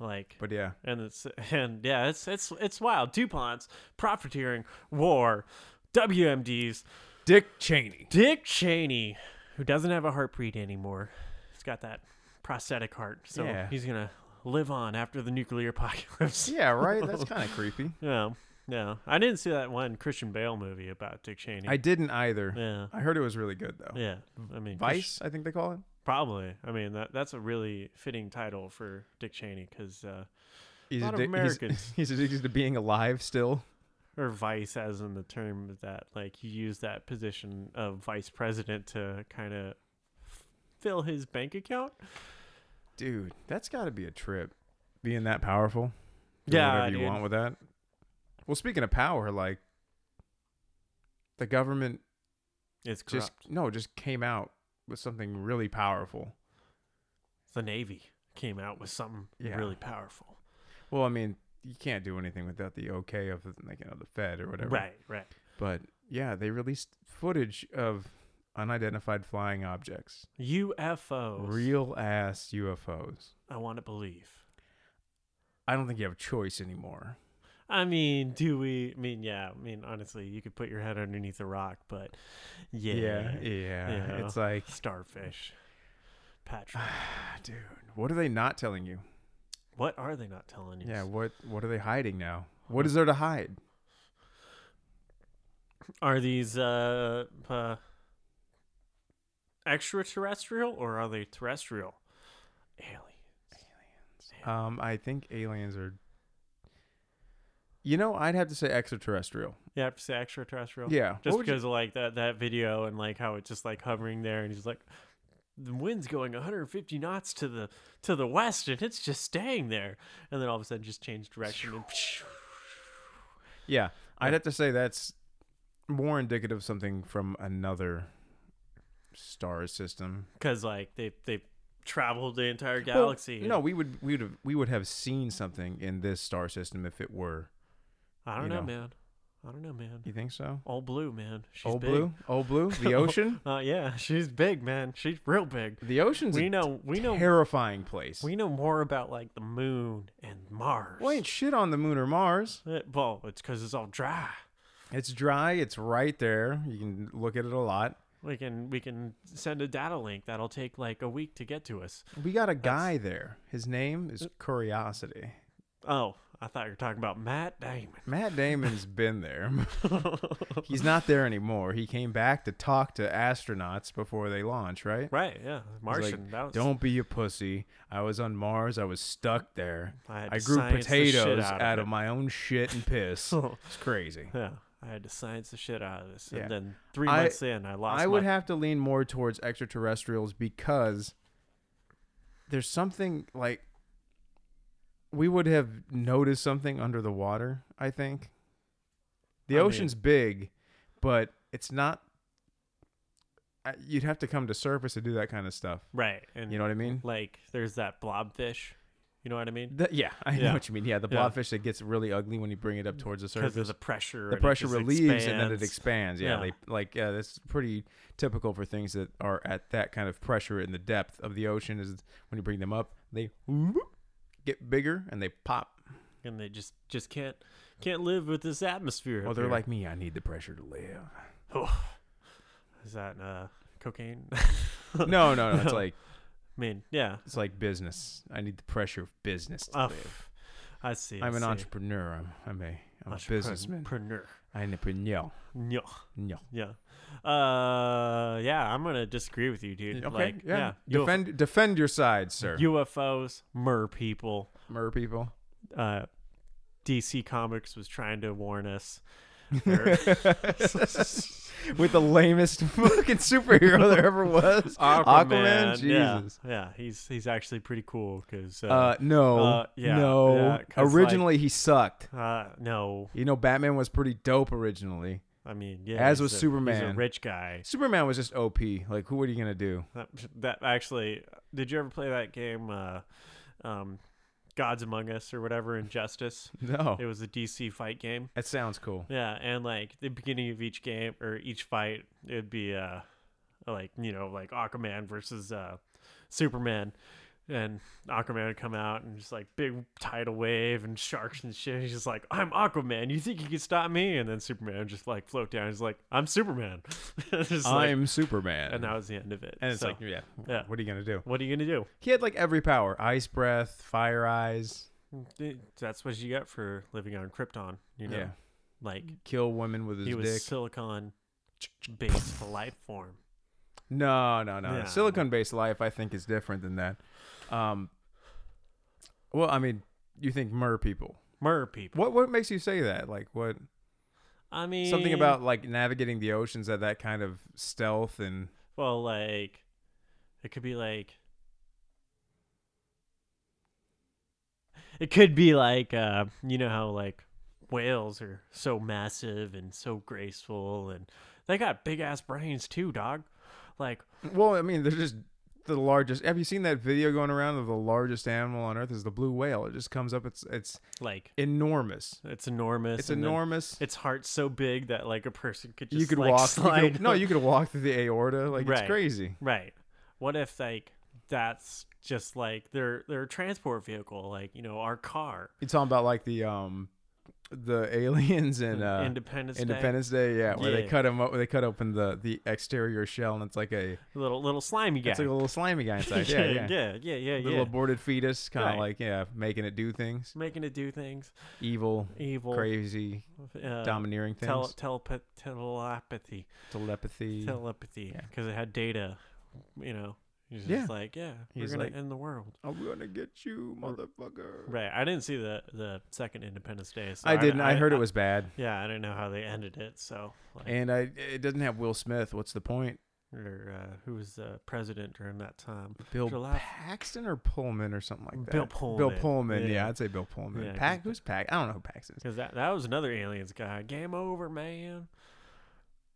[SPEAKER 2] Like
[SPEAKER 1] But yeah,
[SPEAKER 2] and it's and yeah, it's it's it's wild. DuPonts, profiteering, war, WMDs,
[SPEAKER 1] Dick Cheney.
[SPEAKER 2] Dick Cheney, who doesn't have a heartbeat anymore, he's got that prosthetic heart, so
[SPEAKER 1] Yeah.
[SPEAKER 2] he's gonna live on after the nuclear apocalypse.
[SPEAKER 1] Yeah, right. That's kind of creepy.
[SPEAKER 2] Yeah, yeah. I didn't see that one Christian Bale movie about Dick Cheney.
[SPEAKER 1] I didn't either.
[SPEAKER 2] yeah,
[SPEAKER 1] I heard it was really good though.
[SPEAKER 2] yeah. I mean, Chris-
[SPEAKER 1] Vice, I think they call it.
[SPEAKER 2] probably. I mean, that that's a really fitting title for Dick Cheney because, uh,
[SPEAKER 1] He's
[SPEAKER 2] lot of
[SPEAKER 1] addic- he's-
[SPEAKER 2] Americans.
[SPEAKER 1] He's, addicted to being alive still.
[SPEAKER 2] or vice as in the term that like he used that position of vice president to kind of fill his bank account.
[SPEAKER 1] Dude, that's got to be a trip. Being that powerful. Do
[SPEAKER 2] Yeah,
[SPEAKER 1] whatever you
[SPEAKER 2] dude.
[SPEAKER 1] want with that. Well, speaking of power, like the government
[SPEAKER 2] It's corrupt.
[SPEAKER 1] just no, just came out with something really powerful.
[SPEAKER 2] the Navy came out with something
[SPEAKER 1] Yeah.
[SPEAKER 2] really powerful.
[SPEAKER 1] Well, I mean, you can't do anything without the okay of like you know the Fed or whatever.
[SPEAKER 2] Right, right.
[SPEAKER 1] But yeah, they released footage of unidentified flying objects,
[SPEAKER 2] UFOs.
[SPEAKER 1] real ass UFOs.
[SPEAKER 2] I want to believe.
[SPEAKER 1] I don't think you have a choice anymore.
[SPEAKER 2] I mean, do we? I mean, yeah. I mean, honestly, you could put your head underneath a rock, but yeah,
[SPEAKER 1] yeah.
[SPEAKER 2] Yeah.
[SPEAKER 1] It's like, ah,
[SPEAKER 2] starfish, Patrick.
[SPEAKER 1] dude, what are they not telling you?
[SPEAKER 2] what are they not telling you?
[SPEAKER 1] Yeah, what what are they hiding now?
[SPEAKER 2] Uh-huh.
[SPEAKER 1] What is there to hide?
[SPEAKER 2] Are these uh, uh extraterrestrial or are they terrestrial? Alien.
[SPEAKER 1] Um, I think aliens are. You know, I'd have to say extraterrestrial.
[SPEAKER 2] Yeah, I have to say extraterrestrial.
[SPEAKER 1] Yeah,
[SPEAKER 2] Oh, just
[SPEAKER 1] What would you-
[SPEAKER 2] because of like that that video and like how it's just like hovering there and he's like the wind's going 150 knots to the to the west and it's just staying there and then all of a sudden just change direction and
[SPEAKER 1] Yeah, I'd have to say that's more indicative of something from another star system.
[SPEAKER 2] because like they they traveled the entire
[SPEAKER 1] Well,
[SPEAKER 2] galaxy.
[SPEAKER 1] no, we would we would have, we would have seen something in this star system if it were.
[SPEAKER 2] I don't
[SPEAKER 1] you
[SPEAKER 2] know,
[SPEAKER 1] know.
[SPEAKER 2] man. I don't know, man.
[SPEAKER 1] You think so?
[SPEAKER 2] All blue, man. She's
[SPEAKER 1] old
[SPEAKER 2] big.
[SPEAKER 1] blue, old blue, the ocean.
[SPEAKER 2] Uh, yeah, she's big, man. She's real big.
[SPEAKER 1] The ocean's
[SPEAKER 2] We
[SPEAKER 1] a
[SPEAKER 2] know. We know.
[SPEAKER 1] terrifying place.
[SPEAKER 2] We know more about like the moon and Mars.
[SPEAKER 1] well, ain't shit on the moon or Mars.
[SPEAKER 2] Uh, well, it's because it's all dry.
[SPEAKER 1] It's dry. It's right there. You can look at it a lot.
[SPEAKER 2] We can we can send a data link that'll take like a week to get to us.
[SPEAKER 1] We got a guy there. His name
[SPEAKER 2] Uh,
[SPEAKER 1] is Curiosity.
[SPEAKER 2] Oh, I thought you were talking about Matt Damon.
[SPEAKER 1] Matt Damon's been there. He's not there anymore. He came back to talk to astronauts before they launch, right?
[SPEAKER 2] right? Yeah,
[SPEAKER 1] He's like,
[SPEAKER 2] Martian. that was,
[SPEAKER 1] Don't be a pussy. I was on Mars. I was stuck there.
[SPEAKER 2] I had
[SPEAKER 1] I
[SPEAKER 2] to
[SPEAKER 1] grew
[SPEAKER 2] science the shit
[SPEAKER 1] potatoes
[SPEAKER 2] out
[SPEAKER 1] out,
[SPEAKER 2] of
[SPEAKER 1] of
[SPEAKER 2] it."
[SPEAKER 1] my own shit and piss. it's crazy.
[SPEAKER 2] Yeah, I had to science the shit out of this,
[SPEAKER 1] Yeah.
[SPEAKER 2] and then three
[SPEAKER 1] I-
[SPEAKER 2] months in, I lost.
[SPEAKER 1] I would
[SPEAKER 2] my-
[SPEAKER 1] have to lean more towards extraterrestrials because there's something like we would have noticed something under the water, I think. The
[SPEAKER 2] I mean-
[SPEAKER 1] ocean's big, but it's not I- you'd have to come to surface to do that kind of stuff.
[SPEAKER 2] right, and
[SPEAKER 1] You know what I mean?
[SPEAKER 2] like there's that blobfish. You know what I mean?
[SPEAKER 1] The- yeah, I
[SPEAKER 2] Yeah.
[SPEAKER 1] know what you mean. Yeah, the
[SPEAKER 2] Yeah.
[SPEAKER 1] blobfish that gets really ugly when you bring it up towards the surface.
[SPEAKER 2] Because of the pressure. and
[SPEAKER 1] the
[SPEAKER 2] it
[SPEAKER 1] pressure
[SPEAKER 2] just
[SPEAKER 1] relieves and then it expands.
[SPEAKER 2] expands.
[SPEAKER 1] Yeah,
[SPEAKER 2] Yeah.
[SPEAKER 1] They, like yeah, that's pretty typical for things that are at that kind of pressure in the depth of the ocean. Is when you bring them up, they get bigger and they pop.
[SPEAKER 2] and they just just can't can't live with this atmosphere.
[SPEAKER 1] Well,
[SPEAKER 2] up
[SPEAKER 1] they're
[SPEAKER 2] here.
[SPEAKER 1] like me. I need the pressure to live.
[SPEAKER 2] is that uh, cocaine?
[SPEAKER 1] No, no, no. It's like
[SPEAKER 2] I mean, yeah.
[SPEAKER 1] it's like business. I need the pressure of business to
[SPEAKER 2] Uh,
[SPEAKER 1] live.
[SPEAKER 2] I see. I
[SPEAKER 1] I'm an
[SPEAKER 2] see.
[SPEAKER 1] entrepreneur. I'm, I'm a I'm a businessman.
[SPEAKER 2] Entrepreneur.
[SPEAKER 1] I'm a preneur.
[SPEAKER 2] Yeah.
[SPEAKER 1] No.
[SPEAKER 2] Yeah. Uh, yeah. I'm gonna disagree with you, dude.
[SPEAKER 1] Okay.
[SPEAKER 2] like,
[SPEAKER 1] yeah.
[SPEAKER 2] yeah.
[SPEAKER 1] Defend defend your side, sir. You,
[SPEAKER 2] UFOs, mer people.
[SPEAKER 1] mer people.
[SPEAKER 2] Uh, DC Comics was trying to warn us. They're-
[SPEAKER 1] with the lamest fucking superhero there ever was.
[SPEAKER 2] yeah,
[SPEAKER 1] Jesus.
[SPEAKER 2] yeah, he's he's actually pretty cool because
[SPEAKER 1] Uh, no,
[SPEAKER 2] Uh, yeah,
[SPEAKER 1] no.
[SPEAKER 2] yeah, 'cause, like-
[SPEAKER 1] originally, he sucked.
[SPEAKER 2] Uh, no,
[SPEAKER 1] You know, Batman was pretty dope originally.
[SPEAKER 2] I mean, yeah.
[SPEAKER 1] As
[SPEAKER 2] he's
[SPEAKER 1] was
[SPEAKER 2] a- He's a
[SPEAKER 1] Superman.
[SPEAKER 2] rich guy.
[SPEAKER 1] Superman was just OP. Like, who? What are you gonna do?
[SPEAKER 2] That, that actually, did you ever play that game, uh, um, Gods Among Us or whatever, Injustice?
[SPEAKER 1] No,
[SPEAKER 2] It was a DC fight game.
[SPEAKER 1] that sounds cool.
[SPEAKER 2] Yeah, and like the beginning of each game or each fight, it'd be uh, like you know, like Aquaman versus uh, Superman. And Aquaman would come out and just like big tidal wave and sharks and shit. He's just like, I'm Aquaman. You think you can stop me? And then Superman would just like float down. He's like, I'm Superman. Just, like-
[SPEAKER 1] I'm Superman,
[SPEAKER 2] and that was the end of it.
[SPEAKER 1] Mm. And it's
[SPEAKER 2] So,
[SPEAKER 1] like, yeah,
[SPEAKER 2] yeah.
[SPEAKER 1] What are you gonna do?
[SPEAKER 2] what are you gonna do?
[SPEAKER 1] He had like every power: ice breath, fire eyes.
[SPEAKER 2] Th- That's what you get for living on Krypton. You know,
[SPEAKER 1] Yeah,
[SPEAKER 2] like
[SPEAKER 1] kill women with his
[SPEAKER 2] he was
[SPEAKER 1] dick.
[SPEAKER 2] silicon-based life form.
[SPEAKER 1] No, no, no.
[SPEAKER 2] Yeah.
[SPEAKER 1] Silicon based life, I think, is different than that. Um, well, I mean, you think mer people.
[SPEAKER 2] Mer people.
[SPEAKER 1] What what makes you say that? Like what?
[SPEAKER 2] I mean,
[SPEAKER 1] Something about
[SPEAKER 2] Eh.
[SPEAKER 1] like navigating the oceans at that kind of stealth and
[SPEAKER 2] well, like it could be like it could be like uh, you know how like whales are so massive and so graceful, and they got big ass brains too, dog. Like
[SPEAKER 1] well, I mean, they're just the largest. Have you seen that video going around of the largest animal on Earth is the blue whale? It just comes up. It's it's
[SPEAKER 2] like
[SPEAKER 1] enormous.
[SPEAKER 2] it's enormous.
[SPEAKER 1] It's
[SPEAKER 2] and then-
[SPEAKER 1] enormous.
[SPEAKER 2] its heart's so big that like a person could just
[SPEAKER 1] you could
[SPEAKER 2] like,
[SPEAKER 1] walk. you could-
[SPEAKER 2] slide.
[SPEAKER 1] no, you could walk through the aorta. Like
[SPEAKER 2] Right.
[SPEAKER 1] it's crazy.
[SPEAKER 2] right. What if like that's just like their their transport vehicle, like you know our car.
[SPEAKER 1] You talking about like the um the aliens and uh,
[SPEAKER 2] Independence,
[SPEAKER 1] Independence
[SPEAKER 2] Independence,
[SPEAKER 1] Day, yeah, where they
[SPEAKER 2] Yeah.
[SPEAKER 1] cut him up, they cut open the the exterior shell, and it's like a
[SPEAKER 2] Day, little little slimy guy.
[SPEAKER 1] it's like a little slimy guy inside, yeah, yeah,
[SPEAKER 2] yeah, yeah, yeah,
[SPEAKER 1] little
[SPEAKER 2] yeah.
[SPEAKER 1] aborted fetus, kind of
[SPEAKER 2] Right.
[SPEAKER 1] like yeah, making it do things,
[SPEAKER 2] Making it do things,
[SPEAKER 1] evil,
[SPEAKER 2] evil,
[SPEAKER 1] crazy,
[SPEAKER 2] uh,
[SPEAKER 1] domineering things,
[SPEAKER 2] tele- telepa- telepathy,
[SPEAKER 1] telepathy.
[SPEAKER 2] telepathy,
[SPEAKER 1] Yeah.
[SPEAKER 2] because it had data. You know, he's just
[SPEAKER 1] Yeah.
[SPEAKER 2] like, yeah,
[SPEAKER 1] He's
[SPEAKER 2] we're gonna
[SPEAKER 1] like-
[SPEAKER 2] end the world.
[SPEAKER 1] I'm gonna get you, motherfucker.
[SPEAKER 2] Right. I didn't see the the second Independence Day. So
[SPEAKER 1] I didn't. I, heard
[SPEAKER 2] it
[SPEAKER 1] it
[SPEAKER 2] was.
[SPEAKER 1] was bad,
[SPEAKER 2] Yeah, I don't know how they ended it. So, like,
[SPEAKER 1] and I it doesn't have Will Smith. What's the point?
[SPEAKER 2] or, uh, who was the president during that time?
[SPEAKER 1] Bill
[SPEAKER 2] July-
[SPEAKER 1] Paxton or Pullman or something like that.
[SPEAKER 2] Bill
[SPEAKER 1] Bill
[SPEAKER 2] Pullman,
[SPEAKER 1] Pullman. Yeah,
[SPEAKER 2] yeah.
[SPEAKER 1] I'd say Bill Pullman.
[SPEAKER 2] Yeah, 'cause-
[SPEAKER 1] Pac? Who's Pac? I don't know who Paxton is.
[SPEAKER 2] Because that that was another aliens guy. Game over, man. Mm.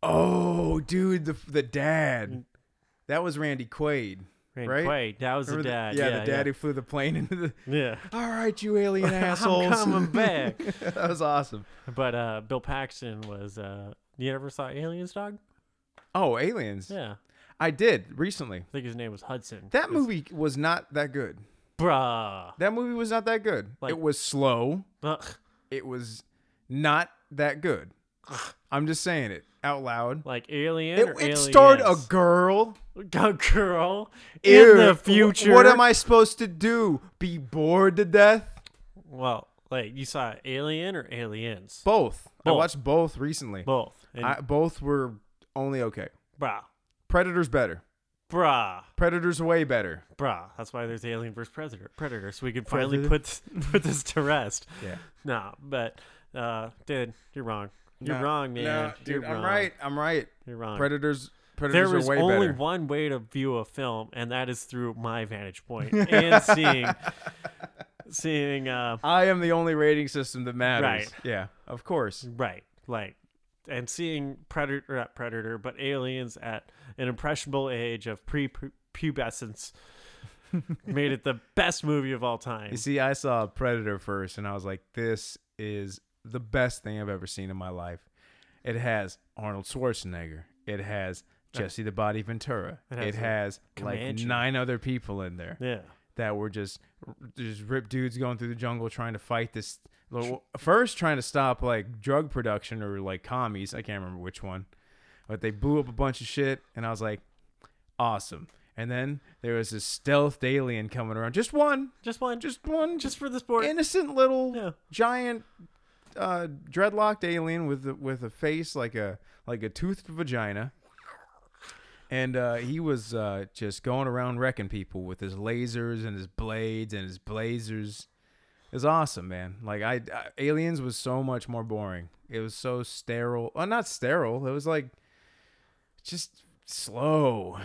[SPEAKER 1] Oh, dude, the the dad. That was Randy Quaid.
[SPEAKER 2] Randy
[SPEAKER 1] Right?
[SPEAKER 2] Quaid. That was
[SPEAKER 1] Remember
[SPEAKER 2] the
[SPEAKER 1] the-
[SPEAKER 2] dad.
[SPEAKER 1] yeah,
[SPEAKER 2] yeah,
[SPEAKER 1] the dad who flew the plane into the.
[SPEAKER 2] Yeah. yeah.
[SPEAKER 1] All right, you alien
[SPEAKER 2] I'm
[SPEAKER 1] assholes.
[SPEAKER 2] coming back.
[SPEAKER 1] that was awesome.
[SPEAKER 2] But uh, Bill Paxton was. Uh, you ever saw Aliens, dog?
[SPEAKER 1] Oh, aliens.
[SPEAKER 2] Yeah,
[SPEAKER 1] I did recently.
[SPEAKER 2] I think his name was Hudson.
[SPEAKER 1] That
[SPEAKER 2] It's-
[SPEAKER 1] movie was not that good.
[SPEAKER 2] bruh.
[SPEAKER 1] That movie was not that good.
[SPEAKER 2] Like-
[SPEAKER 1] it was slow.
[SPEAKER 2] Ugh.
[SPEAKER 1] It was not that good. I'm just saying it out loud.
[SPEAKER 2] Like Alien.
[SPEAKER 1] It,
[SPEAKER 2] or
[SPEAKER 1] it
[SPEAKER 2] aliens?
[SPEAKER 1] starred a girl.
[SPEAKER 2] a girl
[SPEAKER 1] Ew.
[SPEAKER 2] in the
[SPEAKER 1] Wh-
[SPEAKER 2] future.
[SPEAKER 1] What am I supposed to do? Be bored to death?
[SPEAKER 2] Well, like you saw Alien or Aliens?
[SPEAKER 1] Both. I
[SPEAKER 2] Both.
[SPEAKER 1] watched both recently.
[SPEAKER 2] Both. And,
[SPEAKER 1] I, both were only okay.
[SPEAKER 2] bruh,
[SPEAKER 1] Predator's better.
[SPEAKER 2] bruh,
[SPEAKER 1] Predator's way better.
[SPEAKER 2] bruh. That's why there's Alien versus Predator. Predator, so we can finally
[SPEAKER 1] Predator.
[SPEAKER 2] put this, put this to rest.
[SPEAKER 1] Yeah.
[SPEAKER 2] No, but uh, dude, you're wrong. You're
[SPEAKER 1] Nah,
[SPEAKER 2] wrong, man.
[SPEAKER 1] nah,
[SPEAKER 2] You're
[SPEAKER 1] dude, I'm
[SPEAKER 2] wrong.
[SPEAKER 1] right. I'm right.
[SPEAKER 2] You're wrong.
[SPEAKER 1] Predators.
[SPEAKER 2] there
[SPEAKER 1] Predators
[SPEAKER 2] is
[SPEAKER 1] are way
[SPEAKER 2] only
[SPEAKER 1] better.
[SPEAKER 2] one way to view a film, and that is through my vantage point and seeing, seeing. Uh,
[SPEAKER 1] I am the only rating system that matters.
[SPEAKER 2] Right.
[SPEAKER 1] Yeah. Of course.
[SPEAKER 2] Right. Like, and seeing Predator, not Predator, but aliens at an impressionable age of pre pubescence made it the best movie of all time.
[SPEAKER 1] You see, I saw Predator first, and I was like, "This is the best thing I've ever seen in my life." It has Arnold Schwarzenegger. It has Jesse the Body Ventura.
[SPEAKER 2] It
[SPEAKER 1] It
[SPEAKER 2] has
[SPEAKER 1] has, like
[SPEAKER 2] Comanche.
[SPEAKER 1] nine other people in there
[SPEAKER 2] Yeah.
[SPEAKER 1] that were just just ripped dudes going through the jungle trying to fight this. little- First, trying to stop like drug production or like commies. I can't remember which one, but they blew up a bunch of shit, and I was like, "Awesome." And then there was this stealth alien coming around. Just one.
[SPEAKER 2] Just one. Just,
[SPEAKER 1] Just one.
[SPEAKER 2] just for the sport.
[SPEAKER 1] innocent little
[SPEAKER 2] Yeah.
[SPEAKER 1] giant uh, dreadlocked alien with a, with a face like a like a toothed vagina, and uh, he was uh, just going around wrecking people with his lasers and his blades and his blazers. It was awesome, man. Like I, I aliens was so much more boring. It was so sterile. Well, not sterile. It was like just slow.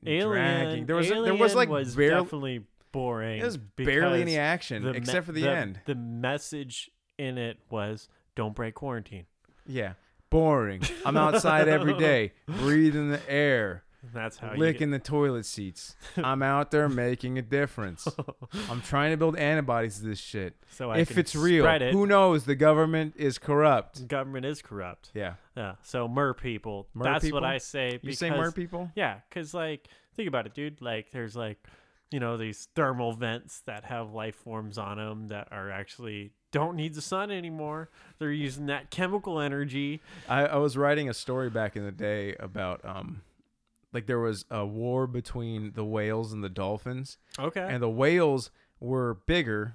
[SPEAKER 1] and
[SPEAKER 2] alien.
[SPEAKER 1] dragging. There was there was
[SPEAKER 2] Alien
[SPEAKER 1] like
[SPEAKER 2] was
[SPEAKER 1] barely
[SPEAKER 2] definitely boring.
[SPEAKER 1] there was barely any
[SPEAKER 2] because
[SPEAKER 1] action
[SPEAKER 2] the me-
[SPEAKER 1] except for the, end.
[SPEAKER 2] The message in it was don't break quarantine.
[SPEAKER 1] Yeah. Boring. I'm outside every day, breathing the air,
[SPEAKER 2] That's how
[SPEAKER 1] licking the toilet seats. I'm out there making a difference.
[SPEAKER 2] you.
[SPEAKER 1] I'm trying to build antibodies to this shit.
[SPEAKER 2] so I
[SPEAKER 1] if
[SPEAKER 2] can
[SPEAKER 1] it's real,
[SPEAKER 2] spread it.
[SPEAKER 1] who knows? The government is corrupt.
[SPEAKER 2] Government is corrupt.
[SPEAKER 1] Yeah.
[SPEAKER 2] Yeah. So mer people.
[SPEAKER 1] Mer
[SPEAKER 2] that's
[SPEAKER 1] people?
[SPEAKER 2] what I say.
[SPEAKER 1] You
[SPEAKER 2] Because,
[SPEAKER 1] say more people?
[SPEAKER 2] Yeah, because like think about it, dude. Like there's like you know these thermal vents that have life forms on them that are actually don't need the sun anymore. They're using that chemical energy.
[SPEAKER 1] I, I was writing a story back in the day about um like there was a war between the whales and the dolphins.
[SPEAKER 2] Okay.
[SPEAKER 1] And the whales were bigger,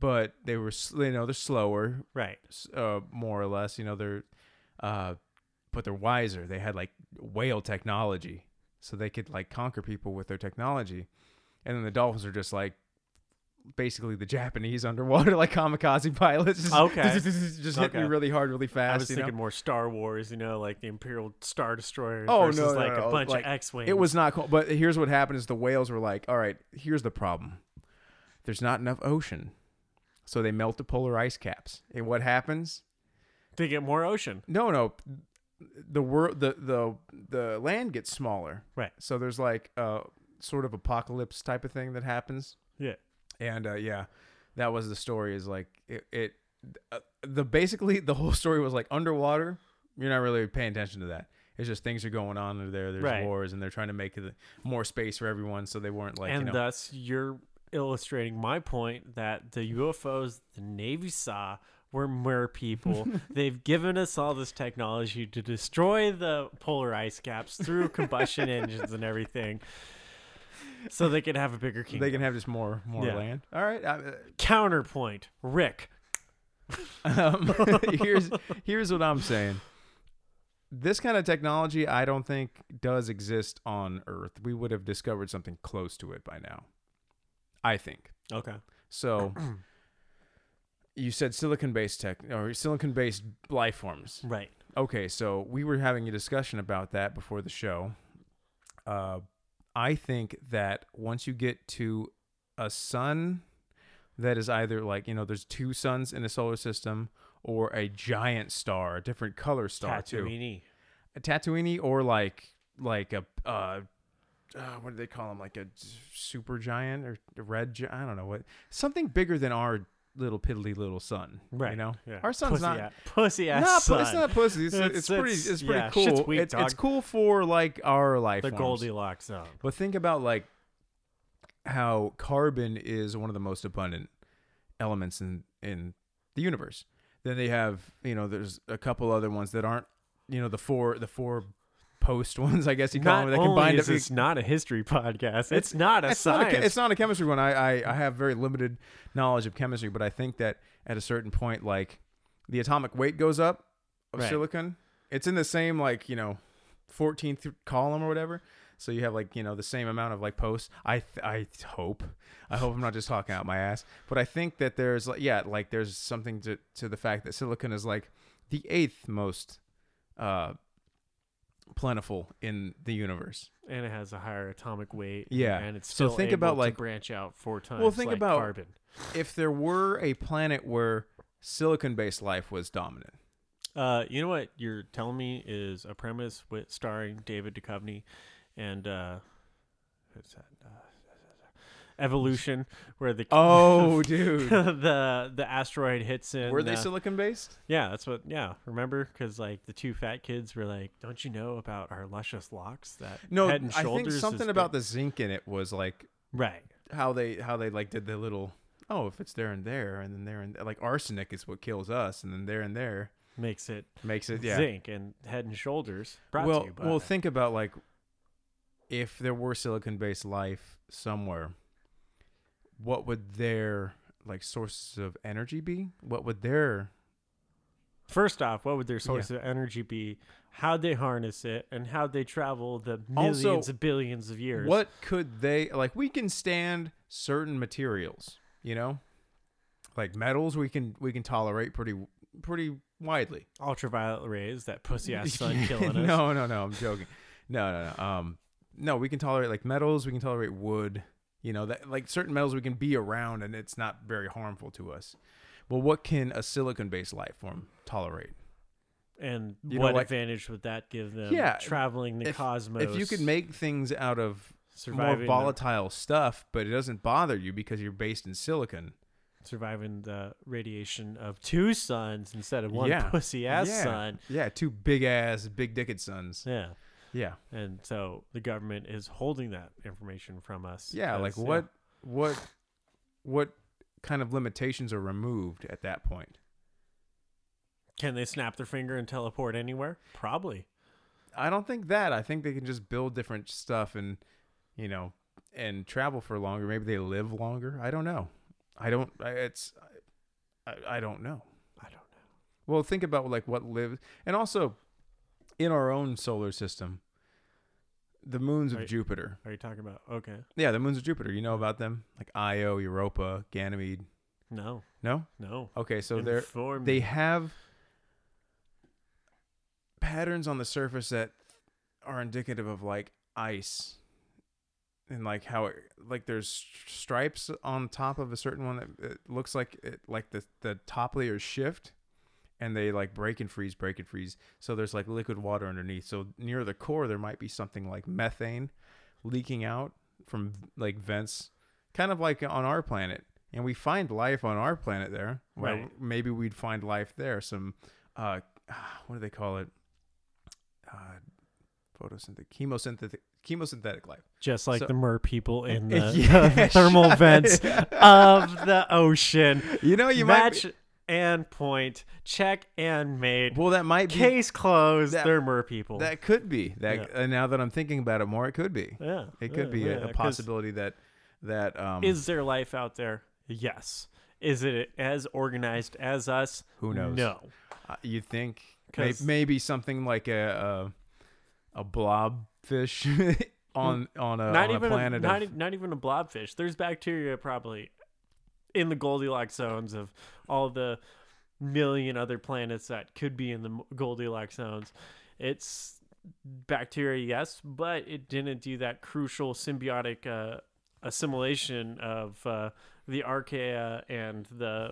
[SPEAKER 1] but they were s- you know, they're slower,
[SPEAKER 2] right.
[SPEAKER 1] s- uh, more or less. You know, they're, uh, but they're wiser. They had like whale technology, so they could like conquer people with their technology. And then the dolphins are just like basically the Japanese underwater, like kamikaze pilots. Just,
[SPEAKER 2] Okay.
[SPEAKER 1] just hit me
[SPEAKER 2] Okay.
[SPEAKER 1] really hard, really fast.
[SPEAKER 2] I was
[SPEAKER 1] you
[SPEAKER 2] thinking
[SPEAKER 1] know?
[SPEAKER 2] more Star Wars, you know, like the Imperial Star Destroyer
[SPEAKER 1] Oh,
[SPEAKER 2] versus
[SPEAKER 1] no, no,
[SPEAKER 2] like a
[SPEAKER 1] no,
[SPEAKER 2] bunch
[SPEAKER 1] like,
[SPEAKER 2] of X-wings.
[SPEAKER 1] It was not cool. But here's what happened: is the whales were like, "All right, here's the problem. There's not enough ocean." So they melt the polar ice caps, and what happens?
[SPEAKER 2] to get more ocean.
[SPEAKER 1] No, no. The world, the the the land gets smaller.
[SPEAKER 2] Right.
[SPEAKER 1] So there's like a sort of apocalypse type of thing that happens.
[SPEAKER 2] Yeah.
[SPEAKER 1] And uh, yeah, that was the story. Is like it. it uh, the basically the whole story was like underwater. You're not really paying attention to that. It's just things are going on under there. There's
[SPEAKER 2] Right.
[SPEAKER 1] wars, and they're trying to make it more space for everyone, so they weren't like
[SPEAKER 2] and
[SPEAKER 1] you know.
[SPEAKER 2] thus you're illustrating my point that the UFOs the Navy saw were mer people. They've given us all this technology to destroy the polar ice caps through combustion engines and everything. So they could have a bigger kingdom.
[SPEAKER 1] they can have just more more
[SPEAKER 2] Yeah.
[SPEAKER 1] land. All right, I, uh,
[SPEAKER 2] Counterpoint, Rick.
[SPEAKER 1] Um, here's here's what I'm saying. This kind of technology, I don't think, does exist on Earth. We would have discovered something close to it by now. I think
[SPEAKER 2] Okay.
[SPEAKER 1] so. you said silicon-based tech or silicon-based life forms.
[SPEAKER 2] Right.
[SPEAKER 1] Okay, so we were having a discussion about that before the show. Uh, I think that once you get to a sun that is either like, you know, there's two suns in a solar system or a giant star, a different color star too.
[SPEAKER 2] Tatooine.
[SPEAKER 1] A Tatooine or like like a uh uh, what do they call him? Like a super giant or a red? Gi- I don't know what. Something bigger than our little piddly little sun.
[SPEAKER 2] Right.
[SPEAKER 1] You know,
[SPEAKER 2] Yeah.
[SPEAKER 1] our sun's
[SPEAKER 2] pussy
[SPEAKER 1] not.
[SPEAKER 2] Ass, pussy ass
[SPEAKER 1] Nah, pu-
[SPEAKER 2] sun.
[SPEAKER 1] it's not pussy. It's,
[SPEAKER 2] It's-
[SPEAKER 1] it's, pretty.
[SPEAKER 2] it's-
[SPEAKER 1] It's, pretty
[SPEAKER 2] yeah,
[SPEAKER 1] cool.
[SPEAKER 2] shit's weak,
[SPEAKER 1] It's- it's
[SPEAKER 2] dog.
[SPEAKER 1] cool for like our life.
[SPEAKER 2] the
[SPEAKER 1] forms.
[SPEAKER 2] Goldilocks zone.
[SPEAKER 1] But think about like how carbon is one of the most abundant elements in in the universe. Then they have you know there's a couple other ones that aren't you know the four the four post ones I guess you call
[SPEAKER 2] Not
[SPEAKER 1] them that
[SPEAKER 2] only
[SPEAKER 1] combined
[SPEAKER 2] is
[SPEAKER 1] up.
[SPEAKER 2] this not a history podcast, it's, not a
[SPEAKER 1] it's not
[SPEAKER 2] science.
[SPEAKER 1] a, chem- it's not a chemistry one. I, I I have very limited knowledge of chemistry, but I think that at a certain point, like the atomic weight goes up of
[SPEAKER 2] Right.
[SPEAKER 1] silicon. It's in the same like you know, fourteenth column or whatever. So you have like you know the same amount of like posts. I th- I hope I hope I'm not just talking out my ass, but I think that there's like yeah like there's something to to the fact that silicon is like the eighth most uh plentiful in the universe.
[SPEAKER 2] and it has a higher atomic weight.
[SPEAKER 1] Yeah.
[SPEAKER 2] and it's
[SPEAKER 1] So
[SPEAKER 2] still
[SPEAKER 1] think
[SPEAKER 2] able
[SPEAKER 1] about,
[SPEAKER 2] to
[SPEAKER 1] like-
[SPEAKER 2] branch out four times.
[SPEAKER 1] think
[SPEAKER 2] like
[SPEAKER 1] about-
[SPEAKER 2] carbon.
[SPEAKER 1] if there were a planet where silicon based life was dominant.
[SPEAKER 2] Uh, you know what you're telling me is a premise with starring David Duchovny and uh, who's that? Uh, Evolution, where the
[SPEAKER 1] Oh, dude.
[SPEAKER 2] the the asteroid hits in.
[SPEAKER 1] were they
[SPEAKER 2] uh,
[SPEAKER 1] silicon based?
[SPEAKER 2] Yeah, that's what. Yeah, remember because like the two fat kids were like, "Don't you know about our luscious locks?" That
[SPEAKER 1] No,
[SPEAKER 2] head and
[SPEAKER 1] I think
[SPEAKER 2] shoulders is
[SPEAKER 1] something
[SPEAKER 2] big."
[SPEAKER 1] about the zinc in it was like
[SPEAKER 2] right.
[SPEAKER 1] how they how they like did the little oh if it's there and there and then there and like arsenic is what kills us and then there and there
[SPEAKER 2] makes it
[SPEAKER 1] makes it yeah
[SPEAKER 2] zinc and head and shoulders. Brought
[SPEAKER 1] well
[SPEAKER 2] to you by
[SPEAKER 1] well think about like if there were silicon based life somewhere what would their like sources of energy be what would their
[SPEAKER 2] First off, what would their source of energy be? How'd they harness it, and how'd they travel the millions
[SPEAKER 1] Also,
[SPEAKER 2] of billions of years?
[SPEAKER 1] What could they like? We can stand certain materials, you know, like metals. We can we can tolerate pretty pretty widely.
[SPEAKER 2] ultraviolet rays? That pussy ass sun killing us.
[SPEAKER 1] no, no, no. I'm joking. No, no, no. Um, no. We can tolerate like metals. We can tolerate wood. You know that like certain metals we can be around and it's not very harmful to us. Well, what can a silicon-based life form tolerate?
[SPEAKER 2] And
[SPEAKER 1] You know,
[SPEAKER 2] what
[SPEAKER 1] like-
[SPEAKER 2] advantage would that give them?
[SPEAKER 1] Yeah,
[SPEAKER 2] traveling the
[SPEAKER 1] if-
[SPEAKER 2] cosmos.
[SPEAKER 1] If you could make things out of
[SPEAKER 2] surviving
[SPEAKER 1] more
[SPEAKER 2] the-
[SPEAKER 1] volatile stuff, but it doesn't bother you because you're based in silicon.
[SPEAKER 2] surviving the radiation of two suns instead of one
[SPEAKER 1] Yeah.
[SPEAKER 2] pussy ass
[SPEAKER 1] yeah.
[SPEAKER 2] sun.
[SPEAKER 1] Yeah, two big ass, big dicked sons.
[SPEAKER 2] Yeah.
[SPEAKER 1] Yeah,
[SPEAKER 2] And so the government is holding that information from us.
[SPEAKER 1] yeah. Like
[SPEAKER 2] 'cause,
[SPEAKER 1] what, what, what kind of limitations are removed at that point?
[SPEAKER 2] Can they snap their finger and teleport anywhere? Probably.
[SPEAKER 1] I don't think that. I think they can just build different stuff and, you know, and travel for longer. Maybe they live longer. I don't know. I don't. I, it's. I, I don't know.
[SPEAKER 2] I don't know.
[SPEAKER 1] Well, think about like what lives, and also, in our own solar system, the moons of
[SPEAKER 2] Right.
[SPEAKER 1] Jupiter.
[SPEAKER 2] Are you talking about? Okay.
[SPEAKER 1] Yeah, the moons of Jupiter. You know about them, like Io, Europa, Ganymede.
[SPEAKER 2] No.
[SPEAKER 1] No.
[SPEAKER 2] No.
[SPEAKER 1] Okay, so they're
[SPEAKER 2] Inform
[SPEAKER 1] they
[SPEAKER 2] me.
[SPEAKER 1] have patterns on the surface that are indicative of like ice and like how it, like there's stripes on top of a certain one that it looks like it, like the the top layer shift and they like break and freeze break and freeze so there's like liquid water underneath so near the core there might be something like methane leaking out from like vents kind of like on our planet and we find life on our planet there well,
[SPEAKER 2] Right.
[SPEAKER 1] maybe we'd find life there some uh what do they call it uh photosynthetic chemosynthetic chemosynthetic life
[SPEAKER 2] just like
[SPEAKER 1] so-
[SPEAKER 2] the mer people in the,
[SPEAKER 1] Yeah,
[SPEAKER 2] the thermal
[SPEAKER 1] shut
[SPEAKER 2] vents
[SPEAKER 1] it.
[SPEAKER 2] of the ocean.
[SPEAKER 1] you know you
[SPEAKER 2] Match
[SPEAKER 1] might
[SPEAKER 2] and point. Check and made.
[SPEAKER 1] be, well that might be
[SPEAKER 2] Case closed.
[SPEAKER 1] that-
[SPEAKER 2] they're mer people.
[SPEAKER 1] that could be that uh, now that i'm thinking about it more it could be
[SPEAKER 2] yeah.
[SPEAKER 1] it could
[SPEAKER 2] yeah,
[SPEAKER 1] be
[SPEAKER 2] Uh, yeah,
[SPEAKER 1] a, a
[SPEAKER 2] 'cause-
[SPEAKER 1] possibility that that um
[SPEAKER 2] Is there life out there? Yes. Is it as organized as us?
[SPEAKER 1] Who knows?
[SPEAKER 2] No.
[SPEAKER 1] uh, you think may,
[SPEAKER 2] 'Cause-
[SPEAKER 1] maybe something like a a, a blob fish on on a,
[SPEAKER 2] not
[SPEAKER 1] uh, on a
[SPEAKER 2] even
[SPEAKER 1] planet
[SPEAKER 2] a, not,
[SPEAKER 1] of-
[SPEAKER 2] e- not even a blobfish. There's bacteria probably in the Goldilocks zones of all the million other planets that could be in the m- Goldilocks zones. It's bacteria, yes, but it didn't do that crucial symbiotic uh, assimilation of uh, the archaea and the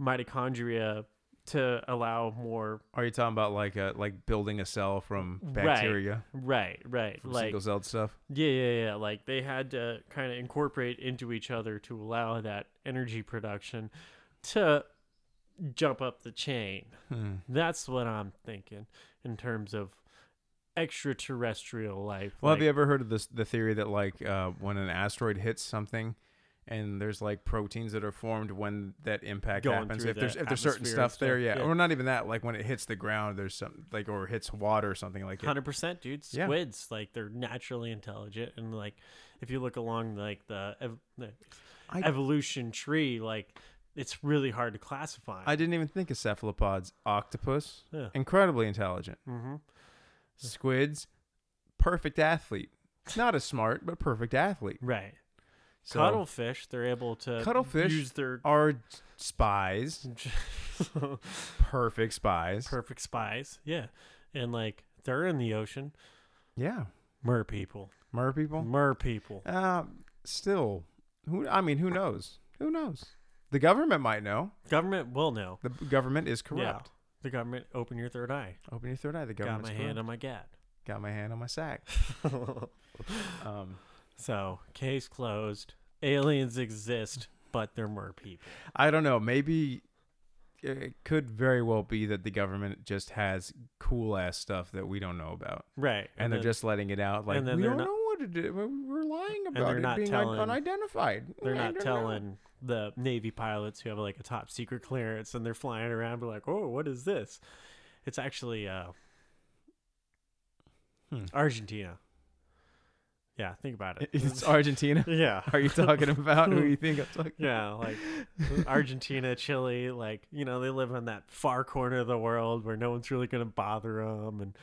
[SPEAKER 2] mitochondria to allow more.
[SPEAKER 1] Are you talking about like a like building a cell from bacteria,
[SPEAKER 2] Right, right.
[SPEAKER 1] from
[SPEAKER 2] like
[SPEAKER 1] single celled stuff?
[SPEAKER 2] yeah, yeah, yeah. Like they had to kind of incorporate into each other to allow that energy production to jump up the chain.
[SPEAKER 1] Hmm.
[SPEAKER 2] That's what I'm thinking in terms of extraterrestrial life.
[SPEAKER 1] Well,
[SPEAKER 2] like,
[SPEAKER 1] have you ever heard of this the theory that like uh, when an asteroid hits something, and there's like proteins that are formed when that impact
[SPEAKER 2] Going
[SPEAKER 1] happens.
[SPEAKER 2] through
[SPEAKER 1] If there's
[SPEAKER 2] the
[SPEAKER 1] if there's certain
[SPEAKER 2] atmosphere and
[SPEAKER 1] stuff, there,
[SPEAKER 2] stuff,
[SPEAKER 1] yeah.
[SPEAKER 2] yeah.
[SPEAKER 1] or not even that. Like when it hits the ground, there's some like or hits water or something like it.
[SPEAKER 2] Hundred percent, dude.
[SPEAKER 1] Yeah.
[SPEAKER 2] Squids, like they're naturally intelligent, and like if you look along like the, ev- the
[SPEAKER 1] I-
[SPEAKER 2] evolution tree, like it's really hard to classify.
[SPEAKER 1] I didn't even think of cephalopods. Octopus,
[SPEAKER 2] Yeah.
[SPEAKER 1] incredibly intelligent.
[SPEAKER 2] mm-hmm.
[SPEAKER 1] Squids, perfect athlete. Not as smart, but perfect athlete.
[SPEAKER 2] Right.
[SPEAKER 1] So
[SPEAKER 2] cuttlefish, they're able to
[SPEAKER 1] Cuttlefish
[SPEAKER 2] use their
[SPEAKER 1] are spies, perfect spies.
[SPEAKER 2] perfect spies. Yeah, and like they're in the ocean.
[SPEAKER 1] yeah,
[SPEAKER 2] Mer people,
[SPEAKER 1] mer people.
[SPEAKER 2] mer people.
[SPEAKER 1] Uh, still, who? I mean, who knows? Who knows? The government might know.
[SPEAKER 2] Government will know.
[SPEAKER 1] The government is
[SPEAKER 2] Yeah.
[SPEAKER 1] corrupt.
[SPEAKER 2] The government, open your third eye.
[SPEAKER 1] Open your third eye. The
[SPEAKER 2] Got
[SPEAKER 1] government
[SPEAKER 2] my hand on my gat.
[SPEAKER 1] got my hand on my sack. Um,
[SPEAKER 2] so case closed. Aliens exist, but they're mer people.
[SPEAKER 1] I don't know. Maybe it could very well be that the government just has cool ass stuff that we don't know about,
[SPEAKER 2] Right.
[SPEAKER 1] and, they're
[SPEAKER 2] then
[SPEAKER 1] just letting it out. Like
[SPEAKER 2] and then
[SPEAKER 1] we
[SPEAKER 2] they're
[SPEAKER 1] don't
[SPEAKER 2] not-
[SPEAKER 1] know what to do. We- We're lying about
[SPEAKER 2] they're
[SPEAKER 1] it
[SPEAKER 2] not
[SPEAKER 1] being un-
[SPEAKER 2] telling-
[SPEAKER 1] unidentified.
[SPEAKER 2] they're
[SPEAKER 1] I
[SPEAKER 2] not
[SPEAKER 1] don't know.
[SPEAKER 2] telling the Navy pilots who have like a top secret clearance and they're flying around be like, Oh, what is this? It's actually uh
[SPEAKER 1] Hmm.
[SPEAKER 2] Argentina. Yeah, think about it.
[SPEAKER 1] It's Argentina.
[SPEAKER 2] yeah.
[SPEAKER 1] Are you talking about who you think I'm talking?
[SPEAKER 2] Yeah, like Argentina, Chile, like you know, they live on that far corner of the world where no one's really going to bother them, and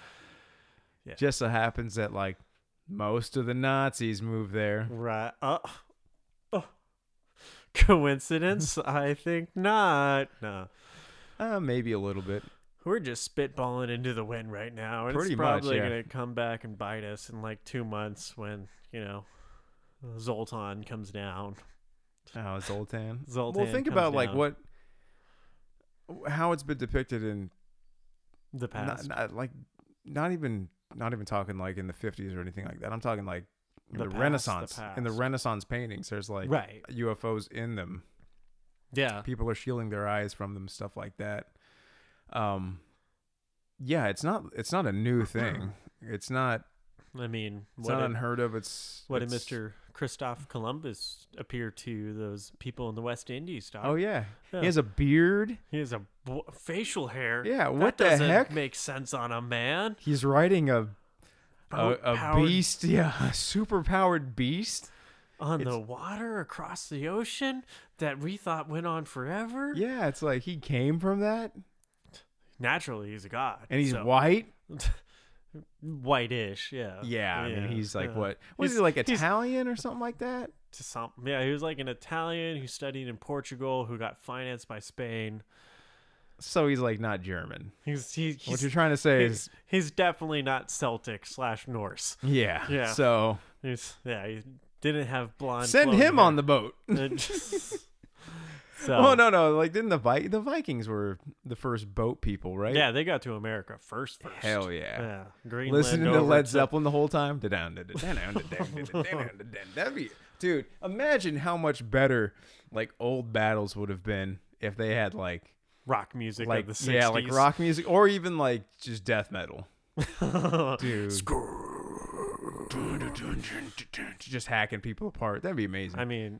[SPEAKER 1] just so happens that like most of the Nazis moved there.
[SPEAKER 2] right. Uh, oh. Coincidence? I think not. No,
[SPEAKER 1] Uh, maybe a little bit.
[SPEAKER 2] we're just spitballing into the wind right now, and
[SPEAKER 1] Pretty
[SPEAKER 2] it's
[SPEAKER 1] much,
[SPEAKER 2] probably
[SPEAKER 1] yeah.
[SPEAKER 2] going to come back and bite us in like two months when you know Zoltan comes down.
[SPEAKER 1] Oh, Zoltan.
[SPEAKER 2] Zoltan.
[SPEAKER 1] well, think
[SPEAKER 2] comes
[SPEAKER 1] about like
[SPEAKER 2] down.
[SPEAKER 1] what, how it's been depicted in
[SPEAKER 2] the
[SPEAKER 1] not,
[SPEAKER 2] past,
[SPEAKER 1] not like not even not even talking like in the fifties or anything like that. I'm talking like in
[SPEAKER 2] The
[SPEAKER 1] the,
[SPEAKER 2] past, the
[SPEAKER 1] Renaissance. in the
[SPEAKER 2] past.
[SPEAKER 1] Renaissance paintings, there's like
[SPEAKER 2] right?
[SPEAKER 1] UFOs in them.
[SPEAKER 2] Yeah,
[SPEAKER 1] People are shielding their eyes from them, stuff like that. Um, yeah, it's not it's not a new thing. It's not
[SPEAKER 2] I mean,
[SPEAKER 1] it's
[SPEAKER 2] what
[SPEAKER 1] not
[SPEAKER 2] if-
[SPEAKER 1] unheard of. It's
[SPEAKER 2] What did
[SPEAKER 1] it's-
[SPEAKER 2] Mr. Christoph Columbus appear to those people in the West Indies, Doc?
[SPEAKER 1] Oh yeah.
[SPEAKER 2] Yeah.
[SPEAKER 1] He has a beard.
[SPEAKER 2] He has a b- facial hair.
[SPEAKER 1] Yeah,
[SPEAKER 2] That
[SPEAKER 1] what the
[SPEAKER 2] doesn't
[SPEAKER 1] heck?
[SPEAKER 2] make sense on a man.
[SPEAKER 1] He's riding a a, a
[SPEAKER 2] Powered
[SPEAKER 1] beast, yeah, a super powered beast.
[SPEAKER 2] on the
[SPEAKER 1] It's-
[SPEAKER 2] water across the ocean that we thought went on forever.
[SPEAKER 1] Yeah, it's like he came from that,
[SPEAKER 2] Naturally, he's a god.
[SPEAKER 1] and he's
[SPEAKER 2] so-
[SPEAKER 1] white.
[SPEAKER 2] whitish. Yeah.
[SPEAKER 1] Yeah, I mean, he's like
[SPEAKER 2] yeah.
[SPEAKER 1] what? Was
[SPEAKER 2] He's-
[SPEAKER 1] he like
[SPEAKER 2] he's-
[SPEAKER 1] Italian or something like that?
[SPEAKER 2] to some yeah he was like an italian who studied in portugal who got financed by spain
[SPEAKER 1] So he's like not German.
[SPEAKER 2] he's he, he's
[SPEAKER 1] what you're trying to say
[SPEAKER 2] he's,
[SPEAKER 1] is,
[SPEAKER 2] he's definitely not celtic slash norse
[SPEAKER 1] yeah,
[SPEAKER 2] Yeah.
[SPEAKER 1] So
[SPEAKER 2] He's, yeah, he didn't have blonde.
[SPEAKER 1] send him on the boat.
[SPEAKER 2] the. so,
[SPEAKER 1] oh no, no, like didn't the Vi- the Vikings were the first boat people, right?
[SPEAKER 2] Yeah, they got to America first. first.
[SPEAKER 1] Hell yeah.
[SPEAKER 2] yeah. Greenland.
[SPEAKER 1] listening to
[SPEAKER 2] over
[SPEAKER 1] Led Zeppelin the whole time. That'd be- Dude, imagine how much better like old battles would have been if they had like
[SPEAKER 2] rock music
[SPEAKER 1] like
[SPEAKER 2] of the 60s.
[SPEAKER 1] yeah like rock music or even like just death metal, dude. just hacking people apart. That'd be amazing.
[SPEAKER 2] I mean,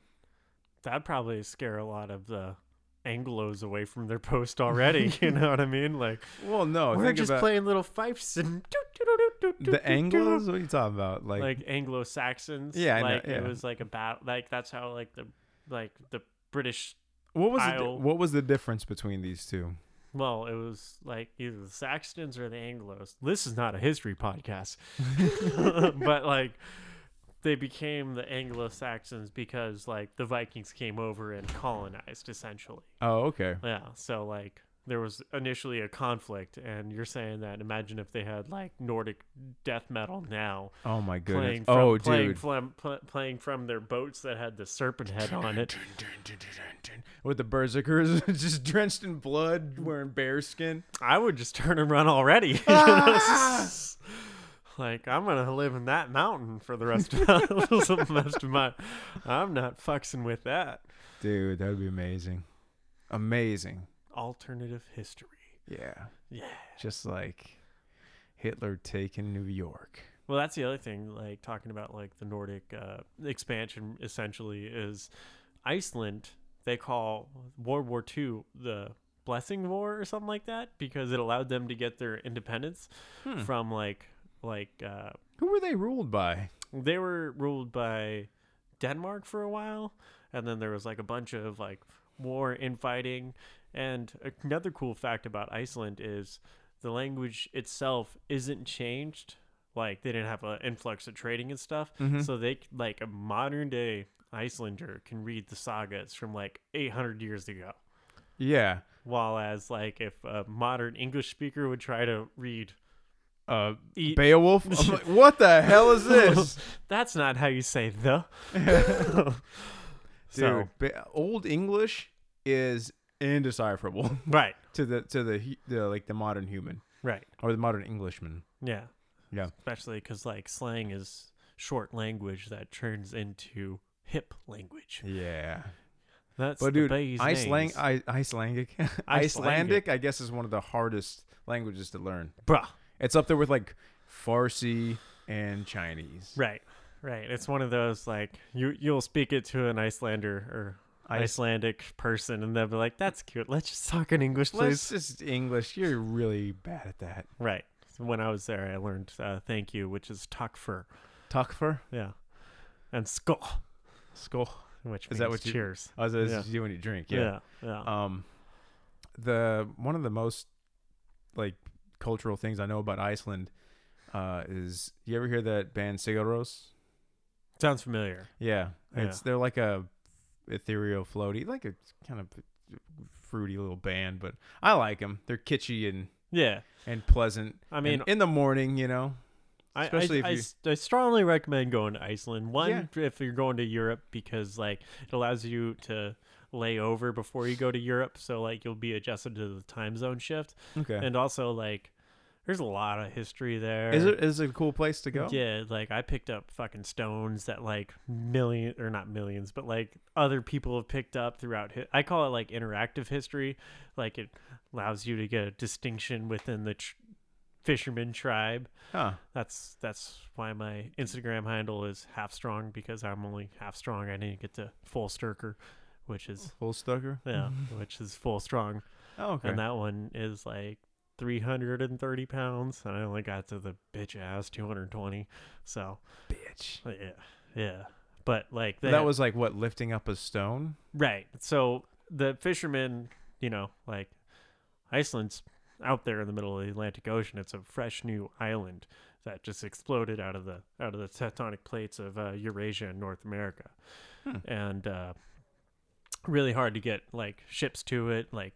[SPEAKER 2] that'd probably scare a lot of the Anglos away from their post already. you know what I mean? Like
[SPEAKER 1] well, no,
[SPEAKER 2] we're
[SPEAKER 1] think
[SPEAKER 2] just
[SPEAKER 1] about
[SPEAKER 2] playing little fifes and doo-doo-doo-doo-doo-doo-doo-doo.
[SPEAKER 1] the Anglos. What are you talking about? Like,
[SPEAKER 2] like Anglo Saxons.
[SPEAKER 1] Yeah, I know,
[SPEAKER 2] like
[SPEAKER 1] yeah.
[SPEAKER 2] it was like a battle. Like that's how like the like the British
[SPEAKER 1] what was the,
[SPEAKER 2] I'll-
[SPEAKER 1] di- what was the difference between these two?
[SPEAKER 2] Well, it was like either the Saxtons or the Anglos. This is not a history podcast. but like they became the Anglo-Saxons because like the Vikings came over and colonized essentially.
[SPEAKER 1] Oh, okay.
[SPEAKER 2] Yeah, so like there was initially a conflict, and you're saying that imagine if they had like Nordic death metal now
[SPEAKER 1] Oh my
[SPEAKER 2] playing
[SPEAKER 1] goodness.
[SPEAKER 2] from,
[SPEAKER 1] oh,
[SPEAKER 2] playing
[SPEAKER 1] dude.
[SPEAKER 2] from pl- playing from their boats that had the serpent head on it.
[SPEAKER 1] With the berserkers just drenched in blood, wearing bear skin.
[SPEAKER 2] I would just turn and run already. You know? like I'm gonna live in that mountain for the rest of the rest of my. I'm not fucking with that.
[SPEAKER 1] Dude, that would be amazing. Amazing.
[SPEAKER 2] Alternative history.
[SPEAKER 1] Yeah.
[SPEAKER 2] Yeah.
[SPEAKER 1] Just like Hitler taking New York.
[SPEAKER 2] Well, that's the other thing. Like talking about like the Nordic uh, expansion, essentially is Iceland. They call World War II the Blessing War or something like that because it allowed them to get their independence
[SPEAKER 1] Hmm.
[SPEAKER 2] from like like uh,
[SPEAKER 1] Who were they ruled by?
[SPEAKER 2] they were ruled by Denmark for a while, and then there was like a bunch of like war infighting. And another cool fact about Iceland is the language itself isn't changed. Like they didn't have an influx of trading and stuff, so they c- like a modern day Icelander can read the sagas from like 800 years ago.
[SPEAKER 1] Yeah.
[SPEAKER 2] While as like if a modern English speaker would try to read, e-
[SPEAKER 1] Uh,
[SPEAKER 2] Eat-
[SPEAKER 1] Beowulf? I'm like, what the hell is this?
[SPEAKER 2] that's not how you say the.
[SPEAKER 1] Dude, Be- Old English is indecipherable
[SPEAKER 2] right,
[SPEAKER 1] to the to the, hu- the like the modern human
[SPEAKER 2] right.
[SPEAKER 1] or the modern Englishman.
[SPEAKER 2] Yeah.
[SPEAKER 1] Yeah.
[SPEAKER 2] Especially because like slang is short language that turns into hip language.
[SPEAKER 1] Yeah.
[SPEAKER 2] That's
[SPEAKER 1] But
[SPEAKER 2] the
[SPEAKER 1] dude,
[SPEAKER 2] bee's
[SPEAKER 1] Iceland,
[SPEAKER 2] knees.
[SPEAKER 1] I, Icelandic, Icelandic, I guess is one of the hardest languages to learn.
[SPEAKER 2] bruh.
[SPEAKER 1] It's up there with like Farsi and Chinese.
[SPEAKER 2] Right. Right. It's one of those like you you'll speak it to an Icelander or
[SPEAKER 1] Ice-
[SPEAKER 2] Icelandic person and they'll be like, That's cute. Let's just talk in English,
[SPEAKER 1] Let's
[SPEAKER 2] please.
[SPEAKER 1] just English. You're really bad at that.
[SPEAKER 2] Right. So when I was there I learned uh, thank you, which is talk for.
[SPEAKER 1] Takfur,
[SPEAKER 2] Yeah. And skull,
[SPEAKER 1] skull.
[SPEAKER 2] which
[SPEAKER 1] Is that
[SPEAKER 2] means
[SPEAKER 1] what you-
[SPEAKER 2] cheers.
[SPEAKER 1] Oh, so this
[SPEAKER 2] Yeah.
[SPEAKER 1] is you when you drink. Yeah.
[SPEAKER 2] Yeah. Yeah.
[SPEAKER 1] Um, the one of the most like cultural things I know about Iceland uh, is you ever hear that band Sigaros?
[SPEAKER 2] Sounds familiar.
[SPEAKER 1] Yeah,
[SPEAKER 2] Yeah.
[SPEAKER 1] it's they're like a ethereal, floaty, like a kind of fruity little band, but I like them. They're kitschy and
[SPEAKER 2] Yeah.
[SPEAKER 1] and pleasant.
[SPEAKER 2] I mean,
[SPEAKER 1] And in the morning, you know.
[SPEAKER 2] I,
[SPEAKER 1] Especially
[SPEAKER 2] I,
[SPEAKER 1] if
[SPEAKER 2] I
[SPEAKER 1] you-
[SPEAKER 2] s- I strongly recommend going to Iceland. One, if you're going to Europe, because like it allows you to lay over before you go to Europe, so like you'll be adjusted to the time zone shift,
[SPEAKER 1] Okay.
[SPEAKER 2] and also like there's a lot of history there.
[SPEAKER 1] is it is it a cool place to go?
[SPEAKER 2] Yeah, like I picked up fucking stones that like million or not millions, but like other people have picked up throughout. Hi- I call it like interactive history. Like it allows you to get a distinction within the tr- fisherman tribe.
[SPEAKER 1] Huh.
[SPEAKER 2] That's that's why my Instagram handle is half strong because I'm only half strong. I didn't get to full sturker, which is
[SPEAKER 1] Full Stucker.
[SPEAKER 2] yeah, which is full strong,
[SPEAKER 1] Oh, Mm-hmm. okay.
[SPEAKER 2] and that one is like 330 pounds, and I only got to the bitch ass 220. So
[SPEAKER 1] bitch.
[SPEAKER 2] yeah, yeah, but like they
[SPEAKER 1] that
[SPEAKER 2] had-
[SPEAKER 1] was like what lifting up a stone.
[SPEAKER 2] right. So the fishermen, you know, like Iceland's out there in the middle of the Atlantic Ocean. It's a fresh new island that just exploded out of the out of the tectonic plates of uh, Eurasia and North America,
[SPEAKER 1] Hmm.
[SPEAKER 2] and uh, really hard to get like ships to it. Like,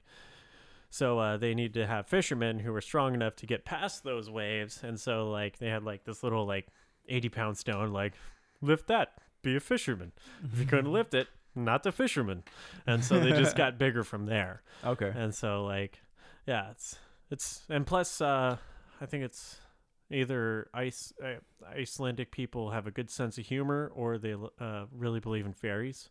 [SPEAKER 2] so uh, they need to have fishermen who were strong enough to get past those waves, and so like they had like this little like eighty pound stone, like lift that, be a fisherman. If you couldn't lift it, not a fisherman, and so they just got bigger from there.
[SPEAKER 1] Okay.
[SPEAKER 2] And so like yeah, it's it's and plus uh I think it's either ice uh, Icelandic people have a good sense of humor or they uh, really believe in fairies.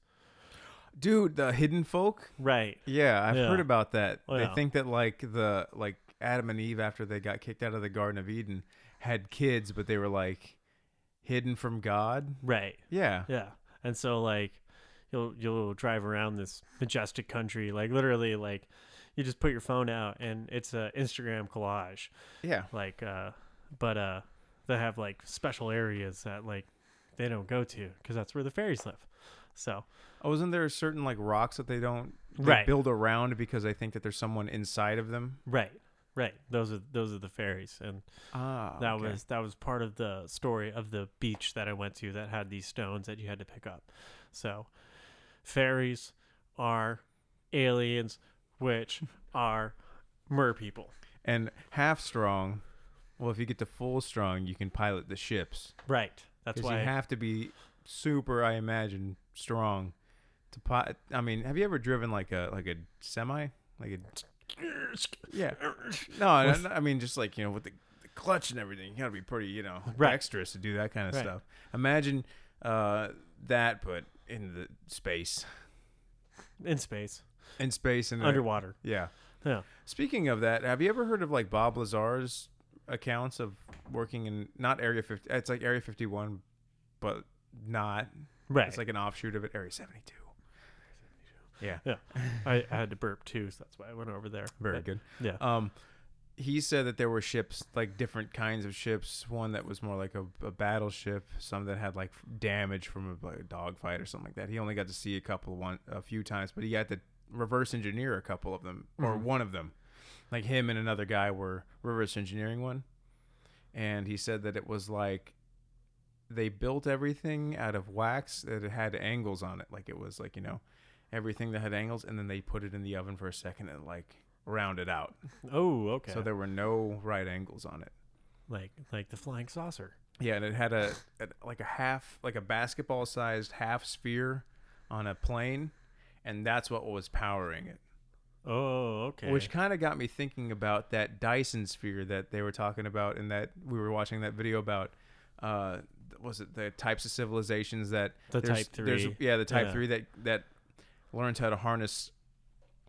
[SPEAKER 1] Dude, the hidden folk.
[SPEAKER 2] Right.
[SPEAKER 1] Yeah, I've
[SPEAKER 2] Yeah.
[SPEAKER 1] heard about that.
[SPEAKER 2] Oh,
[SPEAKER 1] They
[SPEAKER 2] yeah.
[SPEAKER 1] think that like the like Adam and Eve after they got kicked out of the Garden of Eden had kids, but they were like hidden from God.
[SPEAKER 2] Right.
[SPEAKER 1] Yeah.
[SPEAKER 2] Yeah. And so like you'll you'll drive around this majestic country like literally like you just put your phone out and it's a Instagram collage
[SPEAKER 1] Yeah.
[SPEAKER 2] like uh but uh they have like special areas that like they don't go to because that's where the fairies live so
[SPEAKER 1] Oh, isn't there certain like rocks that they don't they
[SPEAKER 2] Right.
[SPEAKER 1] build around because they think that there's someone inside of them?
[SPEAKER 2] right right those are those are the fairies and
[SPEAKER 1] Ah,
[SPEAKER 2] that
[SPEAKER 1] okay.
[SPEAKER 2] was that was part of the story of the beach that i went to that had these stones that you had to pick up so fairies are aliens which are mer people.
[SPEAKER 1] And half strong, well, if you get to full strong, you can pilot the ships.
[SPEAKER 2] Right. That's
[SPEAKER 1] Because
[SPEAKER 2] why
[SPEAKER 1] you have to be super, I imagine, strong to pot. I mean, have you ever driven like a like a semi? Like a yeah. No, no, no, I mean just like you know with the, the clutch and everything, you gotta be pretty you know
[SPEAKER 2] Right.
[SPEAKER 1] dexterous to do that kind of
[SPEAKER 2] Right.
[SPEAKER 1] stuff. Imagine uh, that, but in the space,
[SPEAKER 2] in space,
[SPEAKER 1] in space and
[SPEAKER 2] underwater.
[SPEAKER 1] Yeah.
[SPEAKER 2] Yeah.
[SPEAKER 1] Speaking of that, have you ever heard of like Bob Lazar's accounts of working in not Area 50? It's like Area 51, but not.
[SPEAKER 2] Right.
[SPEAKER 1] It's like an offshoot of it, Area 72. Yeah.
[SPEAKER 2] yeah. I, I had to burp too, so that's why I went over there.
[SPEAKER 1] Very
[SPEAKER 2] But-
[SPEAKER 1] good.
[SPEAKER 2] Yeah.
[SPEAKER 1] Um, he said that there were ships, like different kinds of ships. One that was more like a, a battleship. Some that had like damage from a, like a dogfight or something like that. He only got to see a couple one a few times, but he had to reverse engineer a couple of them or one of them. Like him and another guy were reverse engineering one, and he said that it was like they built everything out of wax that it had angles on it. Like it was like you know everything that had angles, and then they put it in the oven for a second and like rounded out.
[SPEAKER 2] oh, okay.
[SPEAKER 1] So there were no right angles on it.
[SPEAKER 2] like like the flying saucer.
[SPEAKER 1] Yeah, and it had a, a like a half, like a basketball sized half sphere on a plane, and that's what was powering it.
[SPEAKER 2] Oh, okay.
[SPEAKER 1] Which kind of got me thinking about that Dyson sphere that they were talking about, and that we were watching that video about. Uh, was it the types of civilizations that
[SPEAKER 2] The
[SPEAKER 1] there's-
[SPEAKER 2] type
[SPEAKER 1] there's-
[SPEAKER 2] three.
[SPEAKER 1] yeah, the type
[SPEAKER 2] Yeah.
[SPEAKER 1] three that that learns how to harness.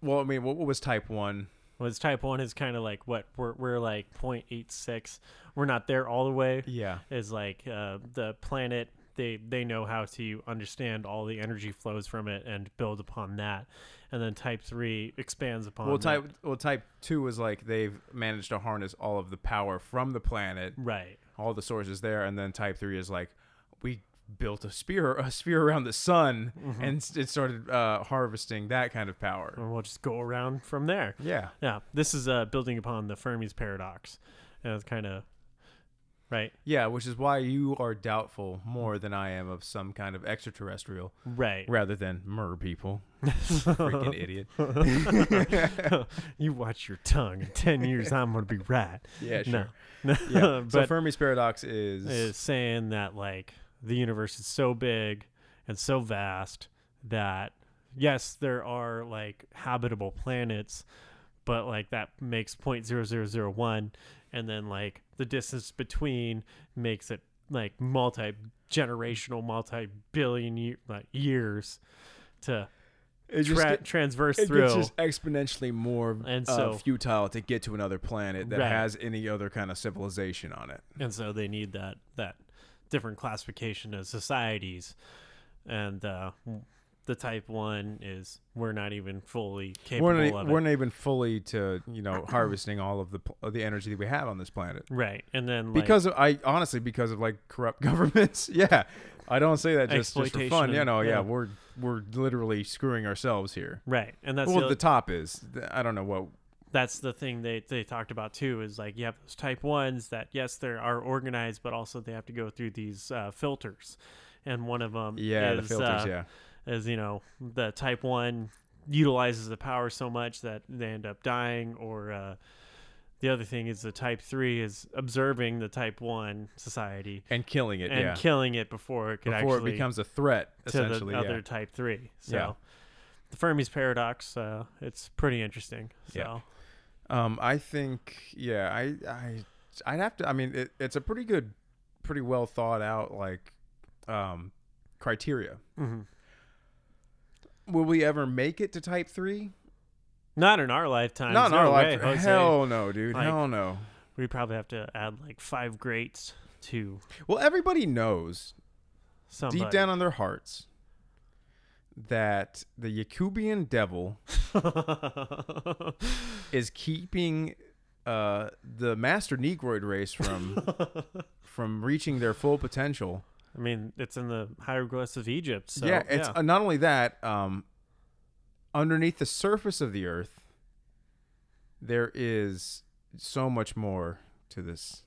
[SPEAKER 1] Well, I mean, what, what was type one?
[SPEAKER 2] was type one is kind of like what we're we're like 0.86. We're not there all the way.
[SPEAKER 1] Yeah,
[SPEAKER 2] Is like uh, the planet. They they know how to understand all the energy flows from it and build upon that, and then type three expands upon.
[SPEAKER 1] Well,
[SPEAKER 2] that.
[SPEAKER 1] type well type two is like they've managed to harness all of the power from the planet,
[SPEAKER 2] right.
[SPEAKER 1] all the sources there, and then type three is like we built a sphere a sphere around the sun
[SPEAKER 2] Mm-hmm.
[SPEAKER 1] and s- it started uh, harvesting that kind of power.
[SPEAKER 2] And we'll just go around from there.
[SPEAKER 1] Yeah,
[SPEAKER 2] Yeah, this is uh, building upon the Fermi's paradox. And it's kind of right,
[SPEAKER 1] yeah, which is why you are doubtful more than I am of some kind of extraterrestrial
[SPEAKER 2] right.
[SPEAKER 1] rather than mer people. Freaking idiot.
[SPEAKER 2] you watch your tongue. In ten years, I'm gonna be right.
[SPEAKER 1] Yeah,
[SPEAKER 2] No,
[SPEAKER 1] sure.
[SPEAKER 2] no.
[SPEAKER 1] Yeah. so
[SPEAKER 2] but
[SPEAKER 1] Fermi's paradox is,
[SPEAKER 2] is saying that like the universe is so big and so vast that yes, there are like habitable planets, but like that makes point zero zero zero one, and then like the distance between makes it like multi generational, multi billion year, like, years to
[SPEAKER 1] it just
[SPEAKER 2] tra-
[SPEAKER 1] get-
[SPEAKER 2] transverse
[SPEAKER 1] It
[SPEAKER 2] through.
[SPEAKER 1] gets just exponentially more
[SPEAKER 2] And
[SPEAKER 1] uh,
[SPEAKER 2] so-
[SPEAKER 1] futile to get to another planet that
[SPEAKER 2] Right.
[SPEAKER 1] has any other kind of civilization on it.
[SPEAKER 2] and so they need that that different classification of societies and uh the type one is we're not even fully capable
[SPEAKER 1] We're not, e-,
[SPEAKER 2] of
[SPEAKER 1] we're
[SPEAKER 2] it
[SPEAKER 1] not even fully to you know harvesting all of the pl- of the energy that we have on this planet
[SPEAKER 2] right and then like,
[SPEAKER 1] because of, I honestly because of like corrupt governments. yeah, I don't say that just, just for fun.
[SPEAKER 2] Exploitation
[SPEAKER 1] You
[SPEAKER 2] and-
[SPEAKER 1] know, yeah.
[SPEAKER 2] yeah.
[SPEAKER 1] we're we're literally screwing ourselves here.
[SPEAKER 2] right and that's
[SPEAKER 1] well,
[SPEAKER 2] the,
[SPEAKER 1] the top is I don't know what.
[SPEAKER 2] that's the thing they they talked about too is like you have those type ones that yes they are organized but also they have to go through these uh filters and one of them
[SPEAKER 1] Yeah,
[SPEAKER 2] is,
[SPEAKER 1] the filters.
[SPEAKER 2] uh,
[SPEAKER 1] yeah,
[SPEAKER 2] as you know the type one utilizes the power so much that they end up dying or uh, the other thing is the type three is observing the type one society
[SPEAKER 1] and killing it.
[SPEAKER 2] and
[SPEAKER 1] yeah,
[SPEAKER 2] killing it before it could
[SPEAKER 1] before it
[SPEAKER 2] actually
[SPEAKER 1] becomes a threat.
[SPEAKER 2] to
[SPEAKER 1] Essentially,
[SPEAKER 2] the
[SPEAKER 1] yeah.
[SPEAKER 2] other type three so
[SPEAKER 1] Yeah.
[SPEAKER 2] the fermi's paradox uh, it's pretty interesting so
[SPEAKER 1] Yeah. Um, I think, yeah, I, I, I'd have to. I mean, it, it's a pretty good, pretty well thought out like, um, criteria.
[SPEAKER 2] mhm.
[SPEAKER 1] Will we ever make it to type three?
[SPEAKER 2] not in our lifetime
[SPEAKER 1] Not in our
[SPEAKER 2] way,
[SPEAKER 1] life.
[SPEAKER 2] Jose.
[SPEAKER 1] Hell no, dude.
[SPEAKER 2] Like-
[SPEAKER 1] Hell no.
[SPEAKER 2] we probably have to add like five greats to
[SPEAKER 1] Well, everybody knows
[SPEAKER 2] somebody
[SPEAKER 1] deep down on their hearts that the Yakubian devil is keeping uh the master negroid race from from reaching their full potential
[SPEAKER 2] I mean, it's in the hieroglyphs of Egypt. So,
[SPEAKER 1] yeah, it's Uh, not only that. Um, underneath the surface of the Earth, there is so much more to this,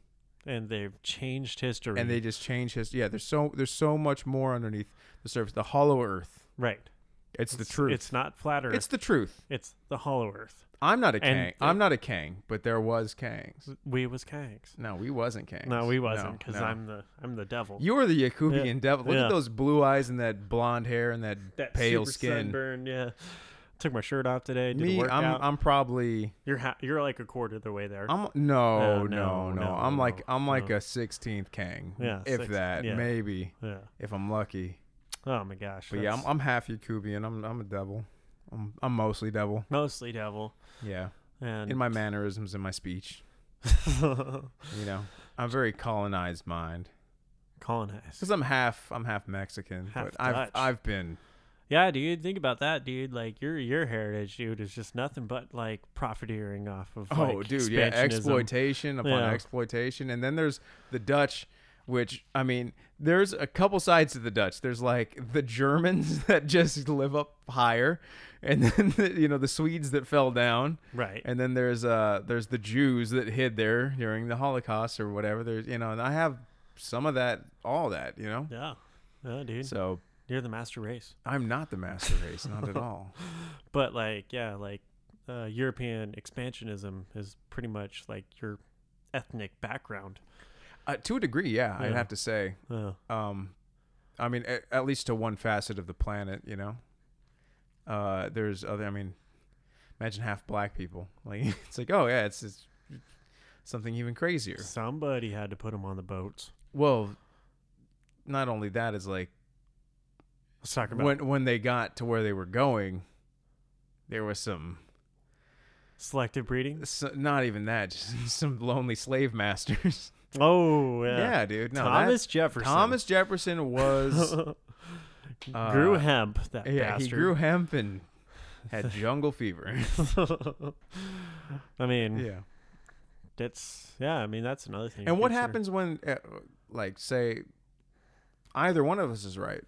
[SPEAKER 2] and they've changed history.
[SPEAKER 1] and they just change his. Yeah, there's so there's so much more underneath the surface. The hollow Earth.
[SPEAKER 2] right.
[SPEAKER 1] It's, the truth. It's,
[SPEAKER 2] It's not flat Earth. It's,
[SPEAKER 1] the truth.
[SPEAKER 2] the hollow Earth.
[SPEAKER 1] I'm not a Kang.
[SPEAKER 2] And-
[SPEAKER 1] I'm not a Kang, but there was Kangs.
[SPEAKER 2] We was Kangs.
[SPEAKER 1] No, we wasn't Kangs.
[SPEAKER 2] No, we wasn't because
[SPEAKER 1] no.
[SPEAKER 2] I'm the I'm the devil.
[SPEAKER 1] You were the Yakubian devil. Look
[SPEAKER 2] yeah.
[SPEAKER 1] at those blue eyes and that blonde hair and that,
[SPEAKER 2] that
[SPEAKER 1] pale
[SPEAKER 2] super
[SPEAKER 1] skin.
[SPEAKER 2] sunburn. Yeah, took my shirt off today. Did a
[SPEAKER 1] Me,
[SPEAKER 2] workout.
[SPEAKER 1] I'm I'm probably
[SPEAKER 2] you're ha- you're like a quarter of the way there.
[SPEAKER 1] I'm no no
[SPEAKER 2] Uh,
[SPEAKER 1] no.
[SPEAKER 2] no, no,
[SPEAKER 1] I'm like I'm like
[SPEAKER 2] no.
[SPEAKER 1] a 16th Kang.
[SPEAKER 2] Yeah,
[SPEAKER 1] if
[SPEAKER 2] six-
[SPEAKER 1] that
[SPEAKER 2] yeah.
[SPEAKER 1] maybe
[SPEAKER 2] yeah.
[SPEAKER 1] if I'm lucky.
[SPEAKER 2] Oh my gosh.
[SPEAKER 1] But yeah, I'm
[SPEAKER 2] that's
[SPEAKER 1] I'm half Yakubian. I'm I'm a devil. I'm I'm mostly devil.
[SPEAKER 2] mostly devil.
[SPEAKER 1] Yeah,
[SPEAKER 2] And
[SPEAKER 1] in my mannerisms, in my speech. You know, I'm very colonized mind
[SPEAKER 2] colonized.
[SPEAKER 1] because I'm half I'm half Mexican,
[SPEAKER 2] Half
[SPEAKER 1] but I've
[SPEAKER 2] Dutch.
[SPEAKER 1] I've been
[SPEAKER 2] Yeah, dude. Think about that, dude. Like your your heritage, dude, is just nothing but like profiteering off of.
[SPEAKER 1] Oh,
[SPEAKER 2] like,
[SPEAKER 1] dude, yeah,
[SPEAKER 2] expansionism.
[SPEAKER 1] exploitation upon
[SPEAKER 2] Yeah.
[SPEAKER 1] exploitation, and then there's the Dutch, which I mean, there's a couple sides to the Dutch. There's like the Germans that just live up higher, and then the, you know the Swedes that fell down,
[SPEAKER 2] Right.
[SPEAKER 1] and then there's uh there's the Jews that hid there during the Holocaust or whatever. There's you know, and I have some of that, all that, you know.
[SPEAKER 2] yeah. Yeah, dude.
[SPEAKER 1] So
[SPEAKER 2] You're the master race.
[SPEAKER 1] I'm not the master race, not at all.
[SPEAKER 2] But like, yeah, like uh, European expansionism is pretty much like your ethnic background.
[SPEAKER 1] Uh, to a degree, yeah, I'd
[SPEAKER 2] Yeah.
[SPEAKER 1] have to say.
[SPEAKER 2] Uh,
[SPEAKER 1] um i mean at, at least to one facet of the planet you know uh there's other i mean imagine half black people like it's like oh yeah it's, it's something even crazier
[SPEAKER 2] somebody had to put him on the boats.
[SPEAKER 1] well not only that is like
[SPEAKER 2] Let's talk about
[SPEAKER 1] when when they got to where they were going there was some
[SPEAKER 2] selective breeding.
[SPEAKER 1] so, not even that just some lonely slave masters
[SPEAKER 2] Oh, yeah.
[SPEAKER 1] yeah, dude no that-
[SPEAKER 2] Thomas Jefferson.
[SPEAKER 1] thomas jefferson was
[SPEAKER 2] grew
[SPEAKER 1] uh,
[SPEAKER 2] hemp. That
[SPEAKER 1] yeah
[SPEAKER 2] bastard.
[SPEAKER 1] he grew hemp and had jungle fever
[SPEAKER 2] I mean,
[SPEAKER 1] yeah
[SPEAKER 2] that's yeah. I mean, that's another thing. to
[SPEAKER 1] And what
[SPEAKER 2] consider.
[SPEAKER 1] happens when, uh, like, say, either one of us is right?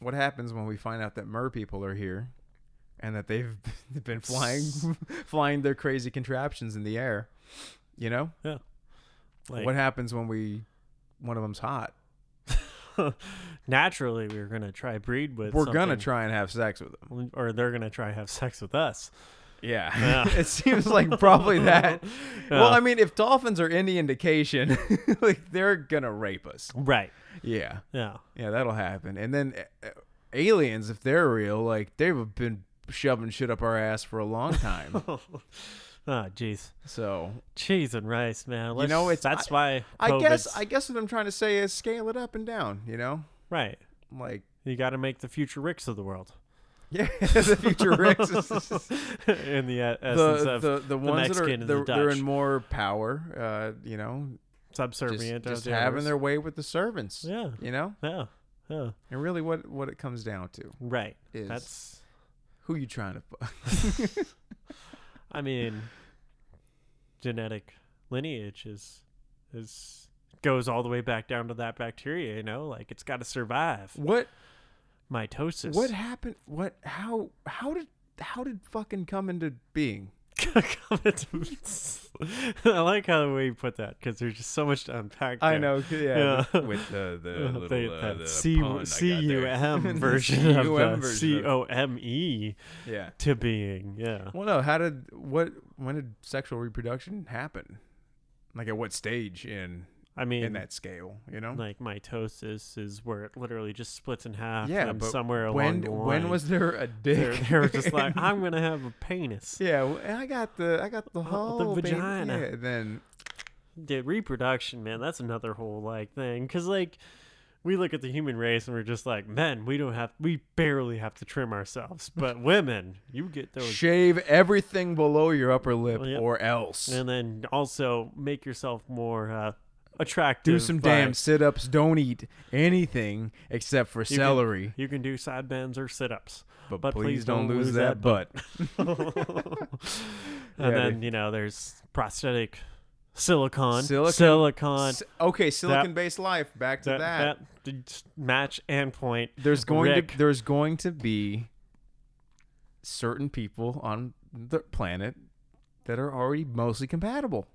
[SPEAKER 1] What happens when we find out that mer people are here, and that they've been flying, flying their crazy contraptions in the air? You know,
[SPEAKER 2] Like,
[SPEAKER 1] what happens when we, one of them's hot?
[SPEAKER 2] naturally, we are gonna try breed with.
[SPEAKER 1] We're gonna
[SPEAKER 2] something,
[SPEAKER 1] try and have sex with them.
[SPEAKER 2] or they're gonna try have sex with us.
[SPEAKER 1] Yeah,
[SPEAKER 2] Yeah.
[SPEAKER 1] it seems like probably that. Well,
[SPEAKER 2] Yeah.
[SPEAKER 1] I mean, if dolphins are any indication, like they're gonna rape us.
[SPEAKER 2] Right.
[SPEAKER 1] Yeah.
[SPEAKER 2] Yeah.
[SPEAKER 1] Yeah, that'll happen. And then uh, uh, aliens, if they're real, like they've been shoving shit up our ass for a long time.
[SPEAKER 2] oh, jeez.
[SPEAKER 1] so
[SPEAKER 2] Cheese and rice, man. Let's-
[SPEAKER 1] know, it's-
[SPEAKER 2] that's why.
[SPEAKER 1] I guess
[SPEAKER 2] COVID's-
[SPEAKER 1] I guess what I'm trying to say is scale it up and down. You know,
[SPEAKER 2] right.
[SPEAKER 1] like
[SPEAKER 2] You got to make the future Ricks of the world.
[SPEAKER 1] yeah, the future Ricks. is-
[SPEAKER 2] in the uh, essence
[SPEAKER 1] The,
[SPEAKER 2] of
[SPEAKER 1] the the ones that are
[SPEAKER 2] Mexican and the
[SPEAKER 1] they're, they're in
[SPEAKER 2] Dutch.
[SPEAKER 1] more power, uh, you know, just,
[SPEAKER 2] subservient. of
[SPEAKER 1] just
[SPEAKER 2] the
[SPEAKER 1] having
[SPEAKER 2] others.
[SPEAKER 1] their way with the servants,
[SPEAKER 2] yeah,
[SPEAKER 1] you know,
[SPEAKER 2] yeah, yeah.
[SPEAKER 1] and really what what it comes down to
[SPEAKER 2] Right.
[SPEAKER 1] is
[SPEAKER 2] That's.
[SPEAKER 1] who you trying to fuck.
[SPEAKER 2] I mean, genetic lineage is is goes all the way back down to that bacteria. You know, like it's got to survive
[SPEAKER 1] What
[SPEAKER 2] mitosis.
[SPEAKER 1] what happened? What how how did how did fucking come into being?
[SPEAKER 2] Comments. I like how the way you put that because there's just so much to unpack.
[SPEAKER 1] I
[SPEAKER 2] there.
[SPEAKER 1] know, c- yeah.
[SPEAKER 2] Yeah.
[SPEAKER 1] With, with the the
[SPEAKER 2] Uh,
[SPEAKER 1] little
[SPEAKER 2] they-
[SPEAKER 1] uh,
[SPEAKER 2] that
[SPEAKER 1] the
[SPEAKER 2] C-
[SPEAKER 1] pun I got there.
[SPEAKER 2] CUM
[SPEAKER 1] The
[SPEAKER 2] version of
[SPEAKER 1] CUM
[SPEAKER 2] the
[SPEAKER 1] version
[SPEAKER 2] C
[SPEAKER 1] of-
[SPEAKER 2] O M E
[SPEAKER 1] Yeah.
[SPEAKER 2] to being. Yeah.
[SPEAKER 1] Well, no. How did what? When did sexual reproduction happen? Like at what stage in
[SPEAKER 2] I mean,
[SPEAKER 1] in that scale? You know.
[SPEAKER 2] like mitosis is where it literally just splits in half.
[SPEAKER 1] Yeah,
[SPEAKER 2] and
[SPEAKER 1] but
[SPEAKER 2] somewhere along
[SPEAKER 1] when
[SPEAKER 2] the line,
[SPEAKER 1] when was there a
[SPEAKER 2] they're,
[SPEAKER 1] dick?
[SPEAKER 2] they're just like, I'm gonna have a penis.
[SPEAKER 1] yeah. w- and I got the I got the whole baby-
[SPEAKER 2] Oh, vagina.
[SPEAKER 1] yeah, then
[SPEAKER 2] Dude, reproduction, man, that's another whole like thing. Cause like we look at the human race and we're just like, men, we don't have, we barely have to trim ourselves, but women, you get those
[SPEAKER 1] shave everything below your upper lip
[SPEAKER 2] Well, yeah.
[SPEAKER 1] or else.
[SPEAKER 2] and then also make yourself more uh, attractive.
[SPEAKER 1] do some
[SPEAKER 2] by-
[SPEAKER 1] damn sit-ups. Don't eat anything except for
[SPEAKER 2] can-
[SPEAKER 1] celery.
[SPEAKER 2] You can do side bends or sit ups.
[SPEAKER 1] but,
[SPEAKER 2] but
[SPEAKER 1] please, don't, lose, that, butt.
[SPEAKER 2] and
[SPEAKER 1] Yeah,
[SPEAKER 2] then, you know, there's prosthetic silicon.
[SPEAKER 1] Silicon-
[SPEAKER 2] silicon.
[SPEAKER 1] S- okay, silicon-based life. Back to
[SPEAKER 2] that,
[SPEAKER 1] that.
[SPEAKER 2] that, that match and point.
[SPEAKER 1] There's going to
[SPEAKER 2] Rick.
[SPEAKER 1] there's going to be certain people on the planet that are already mostly compatible.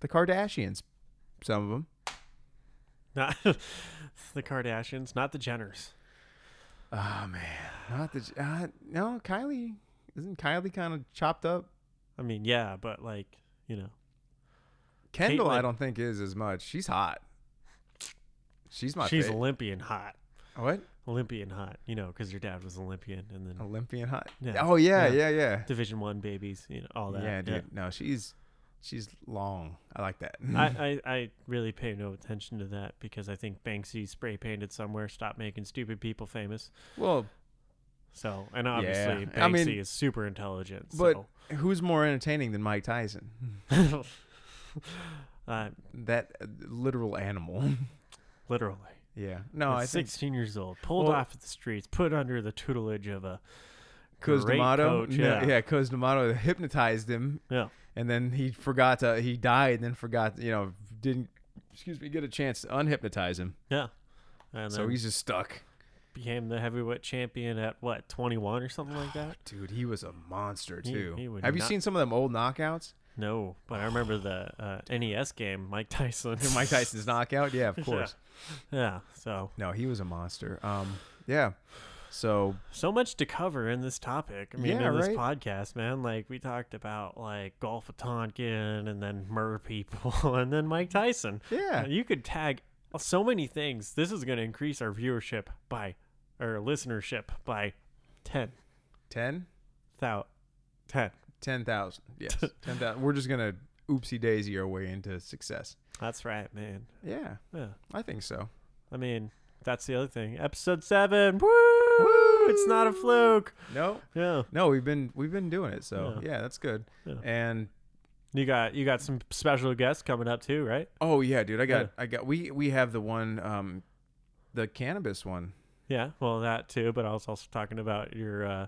[SPEAKER 1] The Kardashians, some of them.
[SPEAKER 2] Not the Kardashians, not the Jenners.
[SPEAKER 1] Ah, Oh man, not the uh, no Kylie. Isn't Kylie kind of chopped up?
[SPEAKER 2] I mean, yeah, but like, you know,
[SPEAKER 1] Kendall, I
[SPEAKER 2] Caitlyn-
[SPEAKER 1] don't think is as much. She's hot. She's my.
[SPEAKER 2] she's
[SPEAKER 1] fave.
[SPEAKER 2] Olympian hot.
[SPEAKER 1] what?
[SPEAKER 2] Olympian hot, you know, because your dad was Olympian and then
[SPEAKER 1] Olympian hot.
[SPEAKER 2] Yeah.
[SPEAKER 1] Oh yeah, yeah,
[SPEAKER 2] Yeah.
[SPEAKER 1] yeah.
[SPEAKER 2] Division One babies, you know, all that.
[SPEAKER 1] Yeah, dude. No, she's she's long. I like that.
[SPEAKER 2] I, I, I really pay no attention to that because I think Banksy spray painted somewhere, stop making stupid people famous.
[SPEAKER 1] well,
[SPEAKER 2] So, and obviously Banksy
[SPEAKER 1] I mean-
[SPEAKER 2] is super intelligent.
[SPEAKER 1] but who's more entertaining than Mike Tyson?
[SPEAKER 2] so. uh,
[SPEAKER 1] That uh, literal animal.
[SPEAKER 2] literally.
[SPEAKER 1] yeah. No, I
[SPEAKER 2] At
[SPEAKER 1] think
[SPEAKER 2] 16 years old, pulled
[SPEAKER 1] Well-
[SPEAKER 2] off the streets, put under the tutelage of a
[SPEAKER 1] Cuz
[SPEAKER 2] great
[SPEAKER 1] D'Amato.
[SPEAKER 2] coach.
[SPEAKER 1] no,
[SPEAKER 2] yeah.
[SPEAKER 1] yeah, Cuz D'Amato hypnotized him,
[SPEAKER 2] Yeah.
[SPEAKER 1] and then he forgot to. He died, and then forgot. You know, didn't. Excuse me. Get a chance to unhypnotize him,
[SPEAKER 2] Yeah. And
[SPEAKER 1] so
[SPEAKER 2] then
[SPEAKER 1] he's just stuck.
[SPEAKER 2] became the heavyweight champion at what, 21 or something like that?
[SPEAKER 1] Dude, he was a monster
[SPEAKER 2] He-
[SPEAKER 1] too.
[SPEAKER 2] he would
[SPEAKER 1] Have you
[SPEAKER 2] not-
[SPEAKER 1] seen some of them old knockouts?
[SPEAKER 2] No, but I remember the uh, NES game, Mike Tyson.
[SPEAKER 1] Mike Tyson's knockout. Yeah, of
[SPEAKER 2] Yeah.
[SPEAKER 1] course.
[SPEAKER 2] Yeah. So,
[SPEAKER 1] No, he was a monster. Um, yeah. So
[SPEAKER 2] so much to cover in this topic. I mean,
[SPEAKER 1] Yeah,
[SPEAKER 2] in this
[SPEAKER 1] right.
[SPEAKER 2] podcast, man, like we talked about like Gulf of Tonkin and then murder people and then Mike Tyson.
[SPEAKER 1] yeah,
[SPEAKER 2] You could tag so many things. This is going to increase our viewership by, or listenership by 10.
[SPEAKER 1] ten,
[SPEAKER 2] Thou, 10.
[SPEAKER 1] ten thousand. Yes, ten thousand. We're just gonna oopsie daisy our way into success.
[SPEAKER 2] That's right, man.
[SPEAKER 1] Yeah,
[SPEAKER 2] Yeah.
[SPEAKER 1] I think so.
[SPEAKER 2] I mean, that's the other thing. Episode 7. Woo! It's not a fluke.
[SPEAKER 1] No,
[SPEAKER 2] Yeah.
[SPEAKER 1] no, we've been we've been doing it. So yeah,
[SPEAKER 2] Yeah.
[SPEAKER 1] that's good.
[SPEAKER 2] Yeah.
[SPEAKER 1] And
[SPEAKER 2] You got you got some special guests coming up too, right?
[SPEAKER 1] oh yeah, dude, I got
[SPEAKER 2] Yeah.
[SPEAKER 1] I got we we have the one um, the cannabis one.
[SPEAKER 2] Yeah, well that too, but I was also talking about your uh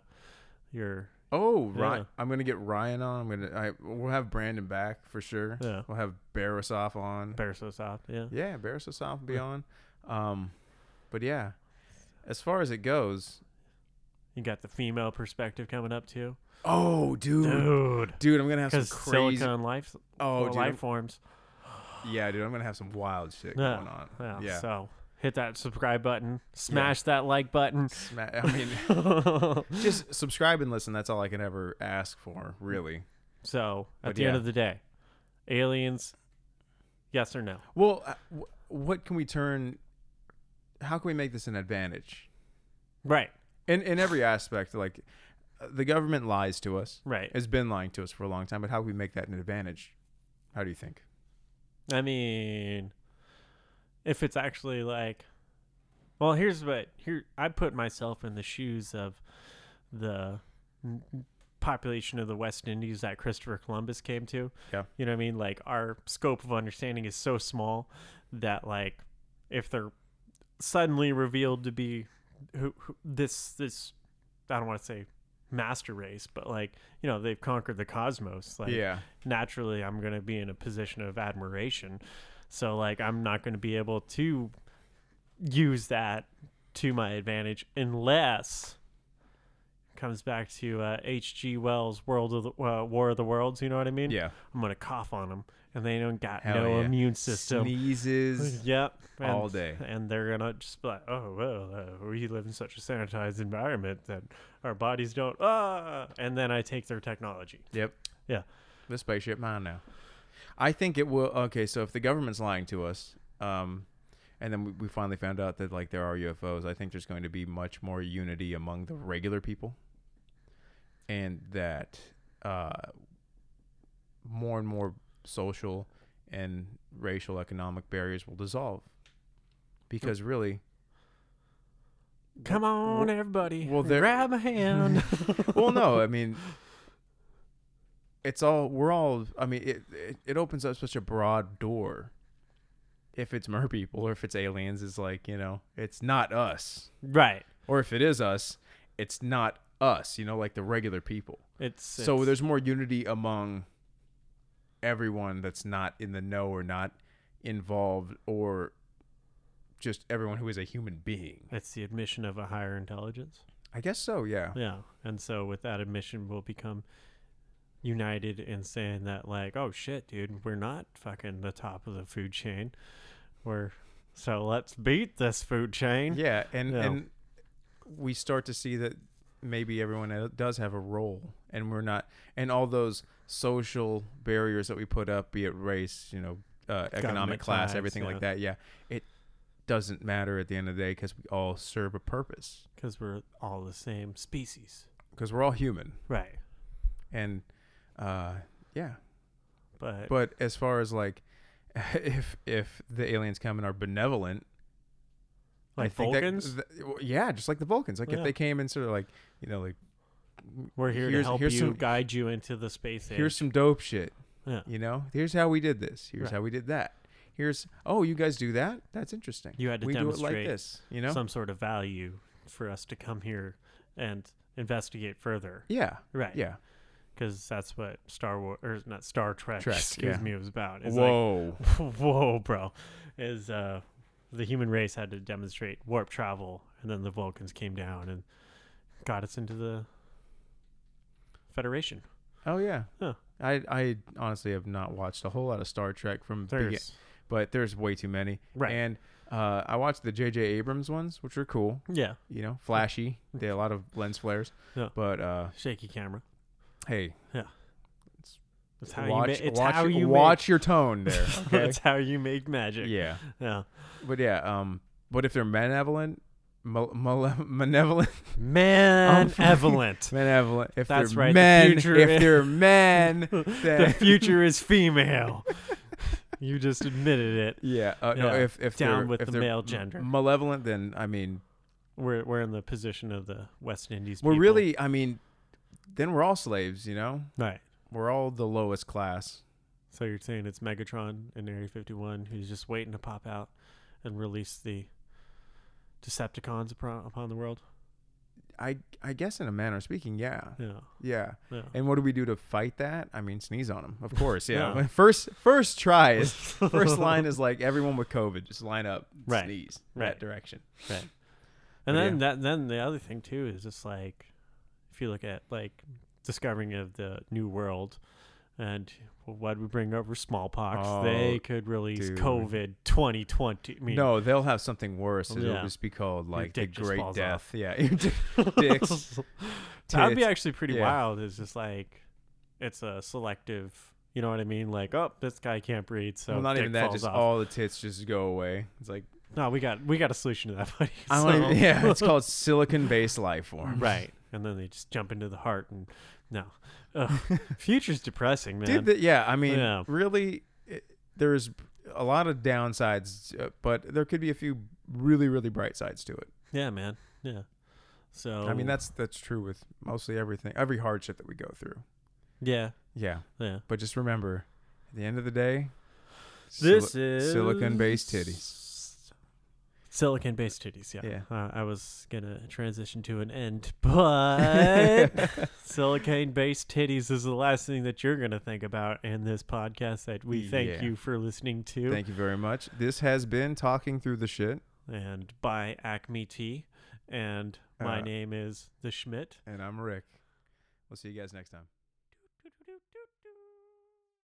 [SPEAKER 2] your
[SPEAKER 1] Oh, Ryan,
[SPEAKER 2] Yeah.
[SPEAKER 1] I'm gonna get Ryan on. I'm gonna I we'll have Brandon back for sure.
[SPEAKER 2] Yeah.
[SPEAKER 1] We'll have Barrisoff on.
[SPEAKER 2] bear so soft, yeah.
[SPEAKER 1] Yeah, Barrisoff and beyond. Um, but yeah, as far as it goes,
[SPEAKER 2] You got the female perspective coming up too.
[SPEAKER 1] oh dude, dude,
[SPEAKER 2] Dude.
[SPEAKER 1] I'm gonna have some
[SPEAKER 2] Because
[SPEAKER 1] crazy.
[SPEAKER 2] silicon life
[SPEAKER 1] Oh,
[SPEAKER 2] oh,
[SPEAKER 1] dude,
[SPEAKER 2] life
[SPEAKER 1] I'm-
[SPEAKER 2] forms.
[SPEAKER 1] yeah, dude, I'm gonna have some wild shit
[SPEAKER 2] Yeah.
[SPEAKER 1] going on.
[SPEAKER 2] Yeah,
[SPEAKER 1] yeah,
[SPEAKER 2] So hit that subscribe button, smash that like button.
[SPEAKER 1] Sma- I mean, just subscribe and listen. That's all I can ever ask for, really.
[SPEAKER 2] so at
[SPEAKER 1] But
[SPEAKER 2] the end
[SPEAKER 1] yeah.
[SPEAKER 2] of the day, aliens, yes or no?
[SPEAKER 1] Well, uh, wh- what can we turn? How can we make this an advantage?
[SPEAKER 2] Right,
[SPEAKER 1] In in every aspect, like uh, the government lies to us.
[SPEAKER 2] right.
[SPEAKER 1] It's been lying to us for a long time, but how can we make that an advantage? How do you think?
[SPEAKER 2] I mean, if it's actually like, well, here's what here I put myself in the shoes of the n- n- population of the West Indies that Christopher Columbus came to.
[SPEAKER 1] Yeah.
[SPEAKER 2] you know what I mean. Like our scope of understanding is so small that like if they're suddenly revealed to be who, who this this I don't want to say master race, but like you know they've conquered the cosmos. Like
[SPEAKER 1] yeah.
[SPEAKER 2] naturally I'm going to be in a position of admiration. So like I'm not going to be able to use that to my advantage unless comes back to uh, H.G. Wells' World of the, uh, War of the Worlds, you know what I mean?
[SPEAKER 1] Yeah.
[SPEAKER 2] I'm going to cough on them and they don't got
[SPEAKER 1] Hell
[SPEAKER 2] no
[SPEAKER 1] yeah.
[SPEAKER 2] immune system.
[SPEAKER 1] Sneezes.
[SPEAKER 2] Yep. And,
[SPEAKER 1] all day.
[SPEAKER 2] And they're going to just be like, oh, well, uh, we live in such a sanitized environment that our bodies don't, ah. And then I take their technology.
[SPEAKER 1] Yep.
[SPEAKER 2] Yeah.
[SPEAKER 1] The spaceship mine now. I think it will. Okay, so if the government's lying to us, um, and then we, we finally found out that like there are UFOs, I think there's going to be much more unity among the regular people, and that uh, more and more social and racial economic barriers will dissolve, because really,
[SPEAKER 2] Come on, everybody.
[SPEAKER 1] well,
[SPEAKER 2] Well,
[SPEAKER 1] there-
[SPEAKER 2] grab a hand.
[SPEAKER 1] well, no, I mean, it's all we're all. I mean, it, it it opens up such a broad door. If it's mer people or if it's aliens, it's like you know, it's not us.
[SPEAKER 2] right.
[SPEAKER 1] Or if it is us, it's not us. You know, like the regular people.
[SPEAKER 2] It's,
[SPEAKER 1] So
[SPEAKER 2] it's-
[SPEAKER 1] there's more unity among everyone that's not in the know or not involved or just everyone who is a human being.
[SPEAKER 2] it's the admission of a higher intelligence.
[SPEAKER 1] I guess so. Yeah.
[SPEAKER 2] Yeah, and so with that admission, we'll become united in saying that, like, oh shit, dude, we're not fucking the top of the food chain. We're so let's beat this food chain.
[SPEAKER 1] Yeah, and
[SPEAKER 2] Yeah.
[SPEAKER 1] and we start to see that maybe everyone ha- does have a role, and we're not, and all those social barriers that we put up, be it race, you know, uh, economic class,
[SPEAKER 2] class,
[SPEAKER 1] everything
[SPEAKER 2] yeah.
[SPEAKER 1] like that. Yeah, it doesn't matter at the end of the day because we all serve a purpose
[SPEAKER 2] because we're all the same species,
[SPEAKER 1] because we're all human,
[SPEAKER 2] right?
[SPEAKER 1] and uh, yeah.
[SPEAKER 2] But,
[SPEAKER 1] But as far as like, if if the aliens come and are benevolent,
[SPEAKER 2] like
[SPEAKER 1] I think that-
[SPEAKER 2] Vulcans,
[SPEAKER 1] th- well, yeah, just like the Vulcans. Like
[SPEAKER 2] Yeah.
[SPEAKER 1] if they came and sort of like, you know, like
[SPEAKER 2] we're here to
[SPEAKER 1] here's-
[SPEAKER 2] help you,
[SPEAKER 1] here's some-
[SPEAKER 2] guide you into the space age.
[SPEAKER 1] here's some dope shit.
[SPEAKER 2] Yeah.
[SPEAKER 1] You know, here's how we did this. Here's
[SPEAKER 2] Right.
[SPEAKER 1] how we did that. Here's oh, you guys do that. That's interesting.
[SPEAKER 2] You had to
[SPEAKER 1] we do it like
[SPEAKER 2] demonstrate
[SPEAKER 1] this. You know.
[SPEAKER 2] some sort of value for us to come here and investigate further,
[SPEAKER 1] yeah.
[SPEAKER 2] right?
[SPEAKER 1] Yeah.
[SPEAKER 2] because that's what Star Wars or not Star Trek,
[SPEAKER 1] Trek,
[SPEAKER 2] excuse
[SPEAKER 1] yeah.
[SPEAKER 2] me, was about. It's like,
[SPEAKER 1] Whoa.
[SPEAKER 2] whoa, bro, is uh, the human race had to demonstrate warp travel, and then the Vulcans came down and got us into the Federation.
[SPEAKER 1] oh yeah.
[SPEAKER 2] Huh.
[SPEAKER 1] I I honestly have not watched a whole lot of Star Trek from begin-
[SPEAKER 2] There's
[SPEAKER 1] but there's way too many.
[SPEAKER 2] Right.
[SPEAKER 1] And uh, I watched the J.J. Abrams ones, which are cool.
[SPEAKER 2] yeah,
[SPEAKER 1] You know, flashy. They had a lot of lens flares.
[SPEAKER 2] Yeah.
[SPEAKER 1] But uh,
[SPEAKER 2] shaky camera.
[SPEAKER 1] hey,
[SPEAKER 2] That's how
[SPEAKER 1] watch,
[SPEAKER 2] you. Ma- it's
[SPEAKER 1] watch,
[SPEAKER 2] how you
[SPEAKER 1] watch your tone there.
[SPEAKER 2] Make-
[SPEAKER 1] Okay.
[SPEAKER 2] That's how you make magic.
[SPEAKER 1] yeah.
[SPEAKER 2] Yeah.
[SPEAKER 1] But yeah, um, but if they're malevolent, mal- mal- malevolent,
[SPEAKER 2] Man,
[SPEAKER 1] fucking-
[SPEAKER 2] Evelyn.
[SPEAKER 1] malevolent. If
[SPEAKER 2] That's
[SPEAKER 1] they're
[SPEAKER 2] right, the
[SPEAKER 1] men,
[SPEAKER 2] future
[SPEAKER 1] if
[SPEAKER 2] is-
[SPEAKER 1] they're men,
[SPEAKER 2] the
[SPEAKER 1] then-
[SPEAKER 2] future is female. you just admitted it.
[SPEAKER 1] yeah, uh, no,
[SPEAKER 2] Yeah,
[SPEAKER 1] if if
[SPEAKER 2] down
[SPEAKER 1] they're,
[SPEAKER 2] with
[SPEAKER 1] if
[SPEAKER 2] the
[SPEAKER 1] they're
[SPEAKER 2] male
[SPEAKER 1] m-
[SPEAKER 2] gender.
[SPEAKER 1] malevolent, then I mean,
[SPEAKER 2] We're we're in the position of the West Indies.
[SPEAKER 1] we're
[SPEAKER 2] people.
[SPEAKER 1] really, I mean, then we're all slaves, you know.
[SPEAKER 2] right.
[SPEAKER 1] We're all the lowest class.
[SPEAKER 2] So you're saying it's Megatron in Area 51 who's just waiting to pop out and release the Decepticons upon, upon the world?
[SPEAKER 1] I I guess in a manner of speaking, yeah,
[SPEAKER 2] No,
[SPEAKER 1] yeah.
[SPEAKER 2] no.
[SPEAKER 1] And what do we do to fight that? I mean, sneeze on them, of course. Yeah.
[SPEAKER 2] Yeah.
[SPEAKER 1] First first try is first line is like everyone with COVID just line up,
[SPEAKER 2] Right.
[SPEAKER 1] sneeze
[SPEAKER 2] Right.
[SPEAKER 1] that direction.
[SPEAKER 2] and
[SPEAKER 1] but
[SPEAKER 2] then that then the other thing too is just like if you look at like discovering of the new world and why would we bring over smallpox?
[SPEAKER 1] Oh,
[SPEAKER 2] they could release
[SPEAKER 1] dude.
[SPEAKER 2] COVID 2020. I mean,
[SPEAKER 1] No, they'll have something worse. It'll
[SPEAKER 2] Yeah.
[SPEAKER 1] just be called like the
[SPEAKER 2] dick just
[SPEAKER 1] Great
[SPEAKER 2] falls
[SPEAKER 1] Death.
[SPEAKER 2] off.
[SPEAKER 1] Yeah, your dick, dicks.
[SPEAKER 2] That'd be
[SPEAKER 1] tits.
[SPEAKER 2] actually pretty
[SPEAKER 1] Yeah.
[SPEAKER 2] wild. It's just like it's a selective. You know what I mean? Like, oh, this guy can't breathe, so
[SPEAKER 1] well, not
[SPEAKER 2] dick
[SPEAKER 1] even that.
[SPEAKER 2] falls
[SPEAKER 1] Just
[SPEAKER 2] off.
[SPEAKER 1] all the tits just go away. It's like
[SPEAKER 2] no, we got we got a solution to that, buddy.
[SPEAKER 1] I don't
[SPEAKER 2] So-
[SPEAKER 1] even, yeah. It's called silicon-based life forms.
[SPEAKER 2] right, and then they just jump into the heart, and no, Ugh. future's depressing, man.
[SPEAKER 1] Dude, that yeah. I mean,
[SPEAKER 2] Yeah.
[SPEAKER 1] really, it, there's a lot of downsides, uh, but there could be a few really, really bright sides to it.
[SPEAKER 2] yeah, man, yeah. So
[SPEAKER 1] I mean, that's that's true with mostly everything, every hardship that we go through.
[SPEAKER 2] yeah,
[SPEAKER 1] Yeah,
[SPEAKER 2] yeah.
[SPEAKER 1] but just remember, at the end of the day, sili-
[SPEAKER 2] This is
[SPEAKER 1] silicon-based titties.
[SPEAKER 2] Silicon based titties, yeah.
[SPEAKER 1] Yeah.
[SPEAKER 2] Uh, I was gonna transition to an end, but silicon based titties is the last thing that you're gonna think about in this podcast. That we thank
[SPEAKER 1] Yeah.
[SPEAKER 2] you for listening to,
[SPEAKER 1] Thank you very much. This has been talking through the shit,
[SPEAKER 2] and by Acme Tea. And my
[SPEAKER 1] Uh,
[SPEAKER 2] name is the Schmidt.
[SPEAKER 1] and I'm Rick. We'll see you guys next time.